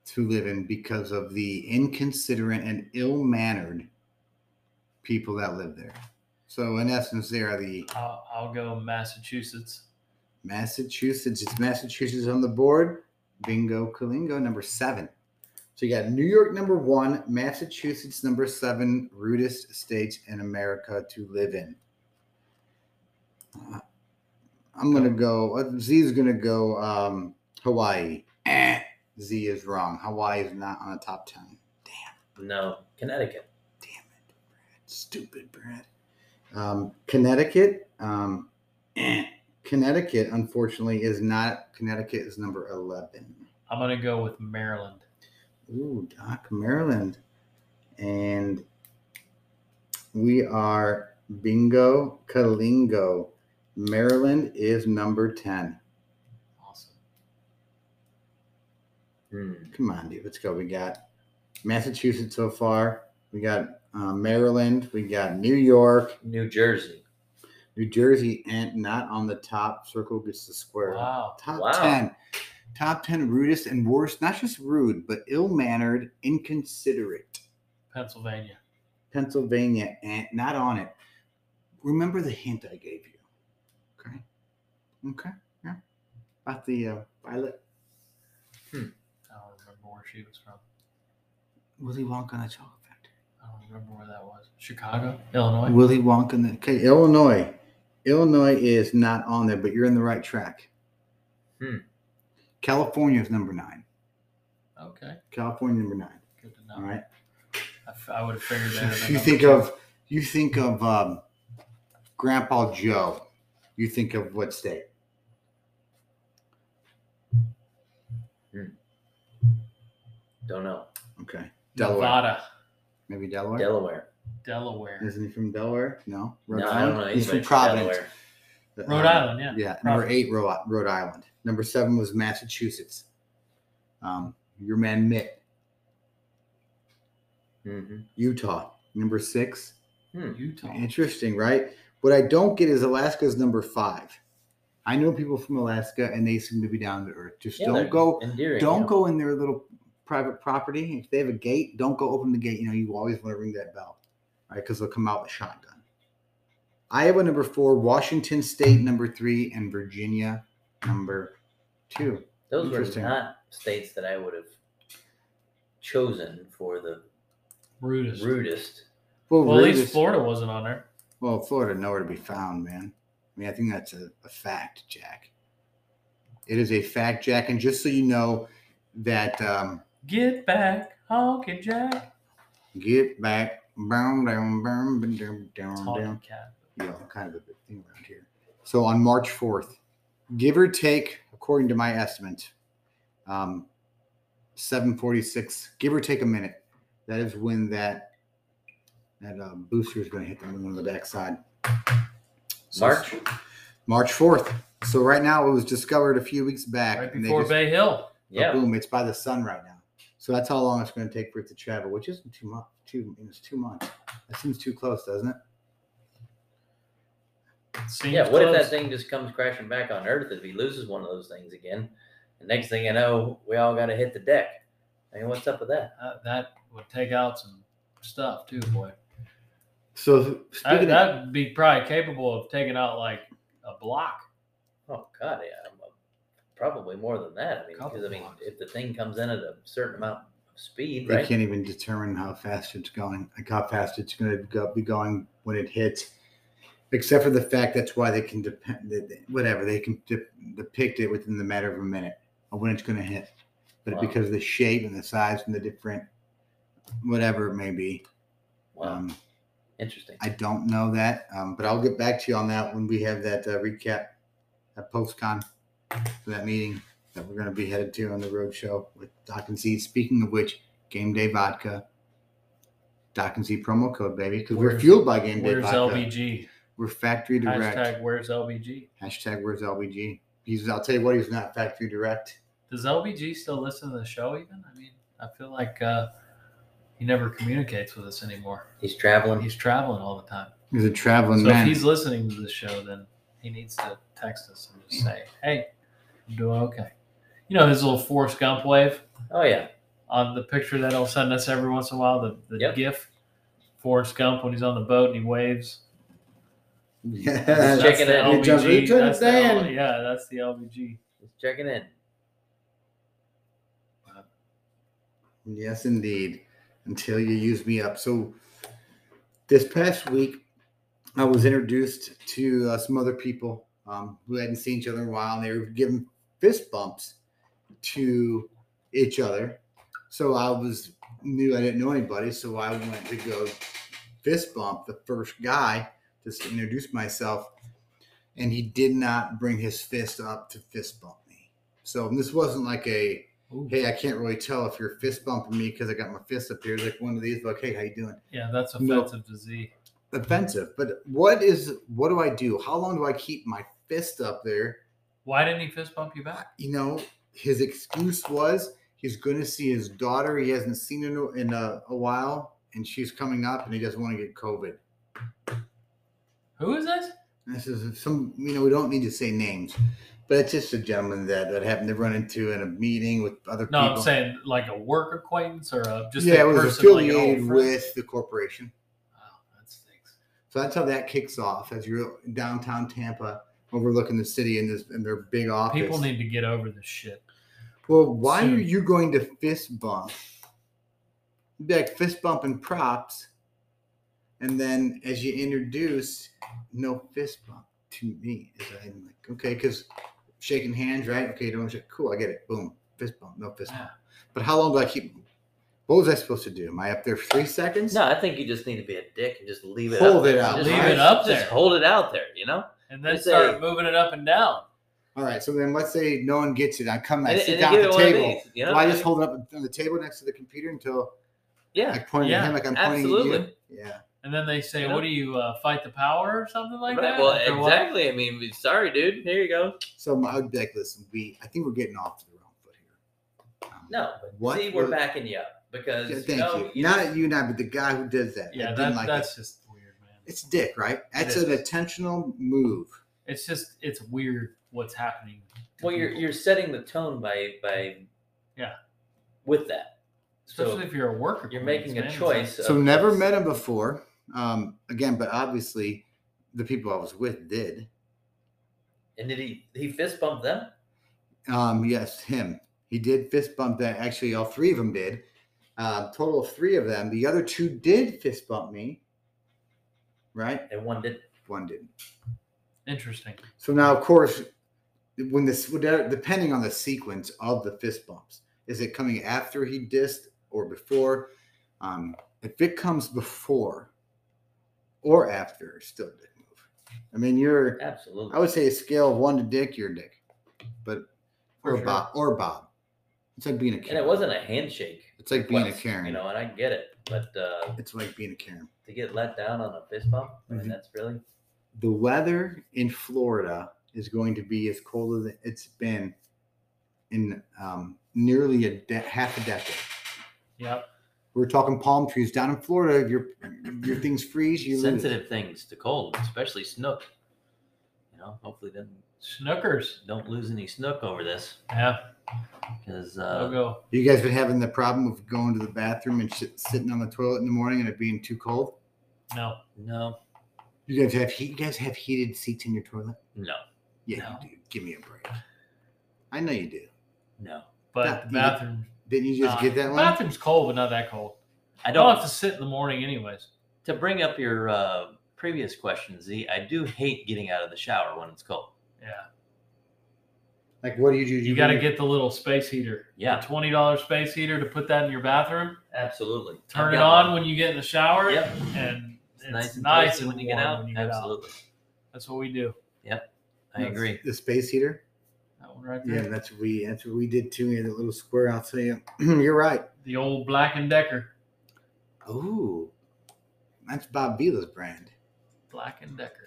[SPEAKER 2] to live in because of the inconsiderate and ill mannered people that live there. So, in essence, they are the
[SPEAKER 4] I'll, I'll go Massachusetts.
[SPEAKER 2] Massachusetts. It's Massachusetts on the board. Bingo, Kalingo, number seven. So, you got New York, number one, Massachusetts, number seven, rudest states in America to live in. Uh, I'm going to go, uh, Z is going to go um, Hawaii. Eh, Z is wrong. Hawaii is not on the top 10.
[SPEAKER 3] No, Connecticut.
[SPEAKER 2] Damn it, Brad. Stupid Brad. Um, Connecticut. Um, eh. Connecticut, unfortunately, is not. Connecticut is number 11.
[SPEAKER 4] I'm gonna go with Maryland.
[SPEAKER 2] Ooh, Doc, Maryland. And we are bingo, Kalingo. Maryland is number 10.
[SPEAKER 4] Awesome.
[SPEAKER 3] Hmm.
[SPEAKER 2] Come on, dude. Let's go. We got Massachusetts so far. We got uh, Maryland. We got New York.
[SPEAKER 3] New Jersey.
[SPEAKER 2] New Jersey and not on the top. Circle gets the square.
[SPEAKER 4] Wow.
[SPEAKER 2] Top
[SPEAKER 3] Wow.
[SPEAKER 2] ten. Top ten rudest and worst, not just rude, but ill mannered, inconsiderate.
[SPEAKER 4] Pennsylvania.
[SPEAKER 2] Pennsylvania and not on it. Remember the hint I gave you. Okay. Okay. Yeah. About the uh, violet
[SPEAKER 4] I don't remember where she was from.
[SPEAKER 2] Willy Wonka and the Chocolate Factory.
[SPEAKER 4] I don't remember where that was. Chicago, Illinois.
[SPEAKER 2] Willy Wonka and the okay, Illinois. Illinois is not on there, but you're in the right track.
[SPEAKER 3] Hmm.
[SPEAKER 2] California is number nine.
[SPEAKER 4] Okay.
[SPEAKER 2] California number nine.
[SPEAKER 4] Good to know.
[SPEAKER 2] All right.
[SPEAKER 4] I, would have figured that. out.
[SPEAKER 2] If you think of you think of um, Grandpa Joe, you think of what state?
[SPEAKER 3] Don't know.
[SPEAKER 2] Okay, Delaware.
[SPEAKER 4] Nevada,
[SPEAKER 2] Maybe Delaware.
[SPEAKER 3] Delaware.
[SPEAKER 4] Delaware,
[SPEAKER 2] Isn't he from Delaware? No, Rhode
[SPEAKER 3] no, I
[SPEAKER 2] Island.
[SPEAKER 3] don't know.
[SPEAKER 2] He's
[SPEAKER 3] anybody
[SPEAKER 2] from Providence.
[SPEAKER 3] Delaware.
[SPEAKER 4] Rhode
[SPEAKER 2] Uh,
[SPEAKER 4] Island. Yeah.
[SPEAKER 2] Yeah, number
[SPEAKER 4] Providence.
[SPEAKER 2] eight, Rhode, Rhode Island. Number seven was Massachusetts. Um, your man Mitt,
[SPEAKER 3] Mhm.
[SPEAKER 2] Utah. Number six.
[SPEAKER 4] Utah.
[SPEAKER 2] Interesting, right? What I don't get is Alaska's number five. I know people from Alaska, and they seem to be down to earth. Just
[SPEAKER 3] Yeah,
[SPEAKER 2] don't
[SPEAKER 3] they're
[SPEAKER 2] go.
[SPEAKER 3] endearing,
[SPEAKER 2] don't
[SPEAKER 3] yeah.
[SPEAKER 2] go in their little private property. If they have a gate, don't go open the gate. You know, you always want to ring that bell, right? Because they'll come out with shotgun. Iowa number four, Washington State number three, and Virginia number two.
[SPEAKER 3] Those were
[SPEAKER 2] Interesting.
[SPEAKER 3] not states that I would have chosen for the
[SPEAKER 4] Rudest.
[SPEAKER 3] rudest.
[SPEAKER 4] Well, at least
[SPEAKER 2] Rudis-
[SPEAKER 4] Florida wasn't on there.
[SPEAKER 2] well, Florida nowhere to be found, man. I mean, I think that's a, a fact, Jack. It is a fact, Jack. And just so you know, that um,
[SPEAKER 4] Get back, honky jack.
[SPEAKER 2] get back, bound down, bound down, down, down.
[SPEAKER 4] Honky cat.
[SPEAKER 2] you know, kind of a big thing around here. So on March 4th, give or take, according to my estimate, um, 746, give or take a minute. That is when that that uh, booster is going to hit the moon on the backside. So-
[SPEAKER 3] March.
[SPEAKER 2] March 4th. So right now it was discovered a few weeks back.
[SPEAKER 4] Right
[SPEAKER 2] and they
[SPEAKER 4] before
[SPEAKER 2] just-
[SPEAKER 4] Bay Hill.
[SPEAKER 2] but
[SPEAKER 3] Yeah.
[SPEAKER 2] Boom, it's by the sun right now. So that's how long it's going to take for it to travel, which isn't too much. Two, it's two months. That seems too close, doesn't it?
[SPEAKER 4] Seems
[SPEAKER 3] Yeah. What if that
[SPEAKER 4] close.
[SPEAKER 3] thing just comes crashing back on Earth if he loses one of those things again? The next thing I know, we all got to hit the deck. I mean, what's up with that?
[SPEAKER 4] Uh, that would take out some stuff too, boy.
[SPEAKER 2] So
[SPEAKER 4] That,
[SPEAKER 2] speaking of,
[SPEAKER 4] that'd be probably capable of taking out like a block.
[SPEAKER 3] Oh God, yeah, I'm, uh, probably more than that. I mean,
[SPEAKER 4] Couple
[SPEAKER 3] because I mean,
[SPEAKER 4] blocks.
[SPEAKER 3] if the thing comes in at a certain amount of speed,
[SPEAKER 2] they
[SPEAKER 3] right?
[SPEAKER 2] can't even determine how fast it's going, like how fast it's going to go, be going when it hits, except for the fact that's why they can depend, that- that- whatever, they can de- depict it within the matter of a minute of when it's going to hit. But
[SPEAKER 3] Wow.
[SPEAKER 2] because of the shape and the size and the different, whatever it may be,
[SPEAKER 3] Wow,
[SPEAKER 2] um,
[SPEAKER 3] interesting.
[SPEAKER 2] I don't know that. Um, but I'll get back to you on that when we have that uh, recap at PostCon for that meeting that we're going to be headed to on the road show with Doc and Z. Speaking of which, Game Day Vodka, Doc and Z promo code, baby, because we're
[SPEAKER 4] Where's-
[SPEAKER 2] fueled by Game Day
[SPEAKER 4] Where's
[SPEAKER 2] Vodka.
[SPEAKER 4] LBG?
[SPEAKER 2] We're factory direct. Hashtag.
[SPEAKER 4] Hashtag where's LBG?
[SPEAKER 2] where's LBG? He's, I'll tell you what, he's not factory direct.
[SPEAKER 4] Does LBG still listen to the show even? I mean, I feel like uh, he never communicates with us anymore.
[SPEAKER 3] He's traveling.
[SPEAKER 4] He's traveling all the time.
[SPEAKER 2] He's a traveling
[SPEAKER 4] so
[SPEAKER 2] Oh, man.
[SPEAKER 4] if he's listening to the show, then he needs to text us and just say, "Hey, I'm doing okay." You know his little Forrest Gump wave
[SPEAKER 3] Oh yeah,
[SPEAKER 4] on the picture that he'll send us every once in a while. The the
[SPEAKER 3] Yep.
[SPEAKER 4] GIF Forrest Gump when he's on the boat and he waves.
[SPEAKER 2] yeah,
[SPEAKER 3] Check it
[SPEAKER 4] the
[SPEAKER 3] out.
[SPEAKER 2] He jumps,
[SPEAKER 4] LBG.
[SPEAKER 2] "It's in
[SPEAKER 4] That's
[SPEAKER 2] the
[SPEAKER 4] the L-
[SPEAKER 2] sand."
[SPEAKER 4] yeah, that's the LBG.
[SPEAKER 3] he's checking in.
[SPEAKER 2] Yes, indeed. Until you use me up. So, this past week, I was introduced to uh, some other people um, who hadn't seen each other in a while, and they were giving fist bumps to each other. So I was new. I didn't know anybody, so I went to go fist bump the first guy just to introduce myself, and he did not bring his fist up to fist bump me. So this wasn't like a
[SPEAKER 4] Ooh.
[SPEAKER 2] hey, I can't really tell if you're fist bumping me because I got my fist up here. It's like one of these, like, hey, how you doing?
[SPEAKER 4] Yeah, that's
[SPEAKER 2] No.
[SPEAKER 4] offensive to Z.
[SPEAKER 2] Offensive. But what is what do I do? How long do I keep my fist up there?
[SPEAKER 4] Why didn't he fist bump you back?
[SPEAKER 2] You know, his excuse was he's going to see his daughter. He hasn't seen her in a, a while, and she's coming up, and he doesn't want to get COVID.
[SPEAKER 4] Who is this?
[SPEAKER 2] This is some, you know, we don't need to say names, but it's just a gentleman that that happened to run into in a meeting with other
[SPEAKER 4] No,
[SPEAKER 2] people.
[SPEAKER 4] I'm saying like a work acquaintance or a, just
[SPEAKER 2] yeah,
[SPEAKER 4] a
[SPEAKER 2] it was
[SPEAKER 4] person like an old
[SPEAKER 2] affiliated
[SPEAKER 4] friend.
[SPEAKER 2] with the corporation.
[SPEAKER 4] Wow, that stinks.
[SPEAKER 2] So that's how that kicks off as you're downtown Tampa, overlooking the city in this in their big office.
[SPEAKER 4] People need to get over this shit.
[SPEAKER 2] well, why are
[SPEAKER 4] Soon.
[SPEAKER 2] you going to fist bump? You'd Be like fist bump and props, and then as you introduce, no fist bump to me. Is I'm like okay, because shaking hands, right? Okay, don't shake. Cool, I get it. Boom, fist bump, no fist bump. But how long do I keep? What was I supposed to do? Am I up there for three seconds?
[SPEAKER 3] No, I think you just need to be a dick and just leave it.
[SPEAKER 2] Hold
[SPEAKER 3] up
[SPEAKER 2] it
[SPEAKER 3] there.
[SPEAKER 2] out.
[SPEAKER 3] Just-
[SPEAKER 4] Leave
[SPEAKER 2] right.
[SPEAKER 4] it up
[SPEAKER 3] Just
[SPEAKER 4] there.
[SPEAKER 3] hold it out there. You know,
[SPEAKER 4] and then
[SPEAKER 3] Let's say-
[SPEAKER 4] start moving it up and down.
[SPEAKER 2] All right. So then let's say no one gets it. I come, and I
[SPEAKER 3] And-
[SPEAKER 2] sit
[SPEAKER 3] and
[SPEAKER 2] down
[SPEAKER 3] give
[SPEAKER 2] at
[SPEAKER 3] it
[SPEAKER 2] the
[SPEAKER 3] one of
[SPEAKER 2] table.
[SPEAKER 3] these, you know?
[SPEAKER 2] Well, I just hold it up on the table next to the computer until I
[SPEAKER 3] yeah,
[SPEAKER 2] point
[SPEAKER 4] Yeah,
[SPEAKER 2] at him like I'm pointing at
[SPEAKER 3] absolutely.
[SPEAKER 2] you. Yeah.
[SPEAKER 4] And then they say,
[SPEAKER 3] You know?
[SPEAKER 4] "What do you uh, fight the power or something like
[SPEAKER 3] right.
[SPEAKER 4] that?"
[SPEAKER 3] Well,
[SPEAKER 4] After what?
[SPEAKER 3] exactly. I mean, we- sorry, dude. Here you go.
[SPEAKER 2] So my- I'd be like, listen, we I think we're getting off to the wrong foot here. Um,
[SPEAKER 3] No, but
[SPEAKER 2] What
[SPEAKER 3] see, we're
[SPEAKER 2] was-
[SPEAKER 3] backing you up because
[SPEAKER 2] yeah,
[SPEAKER 3] you
[SPEAKER 2] thank
[SPEAKER 3] know,
[SPEAKER 2] you.
[SPEAKER 3] you
[SPEAKER 2] Not
[SPEAKER 3] just-
[SPEAKER 2] you and I, but the guy who does that. I
[SPEAKER 4] Yeah,
[SPEAKER 2] didn't
[SPEAKER 4] that,
[SPEAKER 2] like
[SPEAKER 4] that's
[SPEAKER 2] it.
[SPEAKER 4] just weird, man.
[SPEAKER 2] It's dick, right? That's an
[SPEAKER 4] is.
[SPEAKER 2] intentional move.
[SPEAKER 4] It's just it's weird what's happening. to
[SPEAKER 3] well, you're
[SPEAKER 4] people.
[SPEAKER 3] you're setting the tone by by
[SPEAKER 4] Yeah.
[SPEAKER 3] with that. So
[SPEAKER 4] especially if you're a worker.
[SPEAKER 3] you're making
[SPEAKER 4] man,
[SPEAKER 3] a
[SPEAKER 4] it's
[SPEAKER 3] choice.
[SPEAKER 2] So
[SPEAKER 3] of-
[SPEAKER 2] never met him before. Um, again, but obviously the people I was with did.
[SPEAKER 3] And did he he fist bump them?
[SPEAKER 2] Um, yes, him. He did fist bump that. Actually, all three of them did. Um, total of three of them. The other two did fist bump me. Right?
[SPEAKER 3] And one did.
[SPEAKER 2] One didn't.
[SPEAKER 4] Like, interesting.
[SPEAKER 2] So now, of course, when this, whatever- depending on the sequence of the fist bumps, is it coming after he dissed or before? Um, if it comes before or after, still dick move. I mean, you're, I
[SPEAKER 3] Absolutely.
[SPEAKER 2] would say a scale of one to dick, you're a dick. But,
[SPEAKER 3] For
[SPEAKER 2] or
[SPEAKER 3] sure.
[SPEAKER 2] Bob, or Bob. It's like being a
[SPEAKER 3] And it
[SPEAKER 2] Karen.
[SPEAKER 3] wasn't a handshake.
[SPEAKER 2] It's like being a
[SPEAKER 3] request,
[SPEAKER 2] Karen.
[SPEAKER 3] You know, and I get it, but uh,
[SPEAKER 2] It's like being a Karen.
[SPEAKER 3] to get let down on a fist bump, I mean,
[SPEAKER 2] Mhm.
[SPEAKER 3] that's really
[SPEAKER 2] The weather in Florida is going to be as cold as it's been in um, nearly a de- half a decade.
[SPEAKER 4] Yep.
[SPEAKER 2] We're talking palm trees down in Florida. If your your things freeze, you lose.
[SPEAKER 3] sensitive things to cold, especially snook. You know, hopefully then
[SPEAKER 4] Snookers.
[SPEAKER 3] don't lose any snook over this
[SPEAKER 4] Yeah.
[SPEAKER 3] because
[SPEAKER 4] I'll
[SPEAKER 3] uh,
[SPEAKER 4] go.
[SPEAKER 2] You guys been having the problem of going to the bathroom and shit, sitting on the toilet in the morning and it being too cold?
[SPEAKER 4] No.
[SPEAKER 3] No.
[SPEAKER 2] You guys have heat. You guys have heated seats in your toilet?
[SPEAKER 3] No.
[SPEAKER 2] Yeah,
[SPEAKER 4] No.
[SPEAKER 2] you do. Give me a break. I know you do.
[SPEAKER 3] No.
[SPEAKER 4] But
[SPEAKER 2] Yeah,
[SPEAKER 4] the
[SPEAKER 2] you-
[SPEAKER 4] bathroom.
[SPEAKER 2] Didn't you
[SPEAKER 3] Uh,
[SPEAKER 2] just
[SPEAKER 4] nah.
[SPEAKER 2] get that one?
[SPEAKER 4] Bathroom's cold, but not that cold.
[SPEAKER 3] I
[SPEAKER 4] I don't
[SPEAKER 3] don't.
[SPEAKER 4] have to sit in the morning, anyways.
[SPEAKER 3] To bring up your uh, previous question, Z, I do hate getting out of the shower when it's cold.
[SPEAKER 4] Yeah.
[SPEAKER 2] Like, what do you do?
[SPEAKER 4] You got to get the little space heater.
[SPEAKER 3] Yeah.
[SPEAKER 4] The $20 space heater to put that in your bathroom.
[SPEAKER 3] Absolutely.
[SPEAKER 4] Turn
[SPEAKER 3] I've
[SPEAKER 4] it
[SPEAKER 3] got
[SPEAKER 4] on
[SPEAKER 3] one.
[SPEAKER 4] when you get in the shower.
[SPEAKER 3] Yep.
[SPEAKER 4] And it's, nice and,
[SPEAKER 3] toasty when you get
[SPEAKER 4] warm
[SPEAKER 3] out.
[SPEAKER 4] when you get out.
[SPEAKER 3] Absolutely.
[SPEAKER 4] That's what we do.
[SPEAKER 3] I agree.
[SPEAKER 2] the space heater.
[SPEAKER 4] That one right there.
[SPEAKER 2] Yeah, that's what we that's what we did too in the little square. I'll tell you, you're right.
[SPEAKER 4] The old Black and Decker.
[SPEAKER 2] Ooh, that's Bob Vila's brand.
[SPEAKER 4] Black and Decker.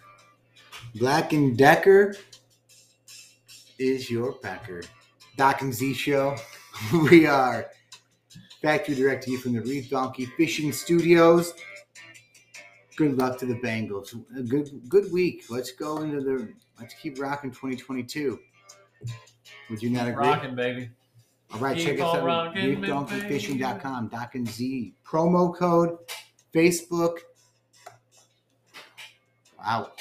[SPEAKER 2] Black and Decker is your packer. Doc and Z show. we are factory direct to you from the Reed Donkey Fishing Studios. Good luck to the Bengals. A good good week. Let's go into the let's keep rocking 2022. Would you not agree?
[SPEAKER 4] Rocking, baby.
[SPEAKER 2] All right,
[SPEAKER 4] Keep
[SPEAKER 2] check us
[SPEAKER 4] on
[SPEAKER 2] out at
[SPEAKER 4] rocking, baby.
[SPEAKER 2] donkeyfishing.com, Doc and Z. Promo code, Facebook. Wow.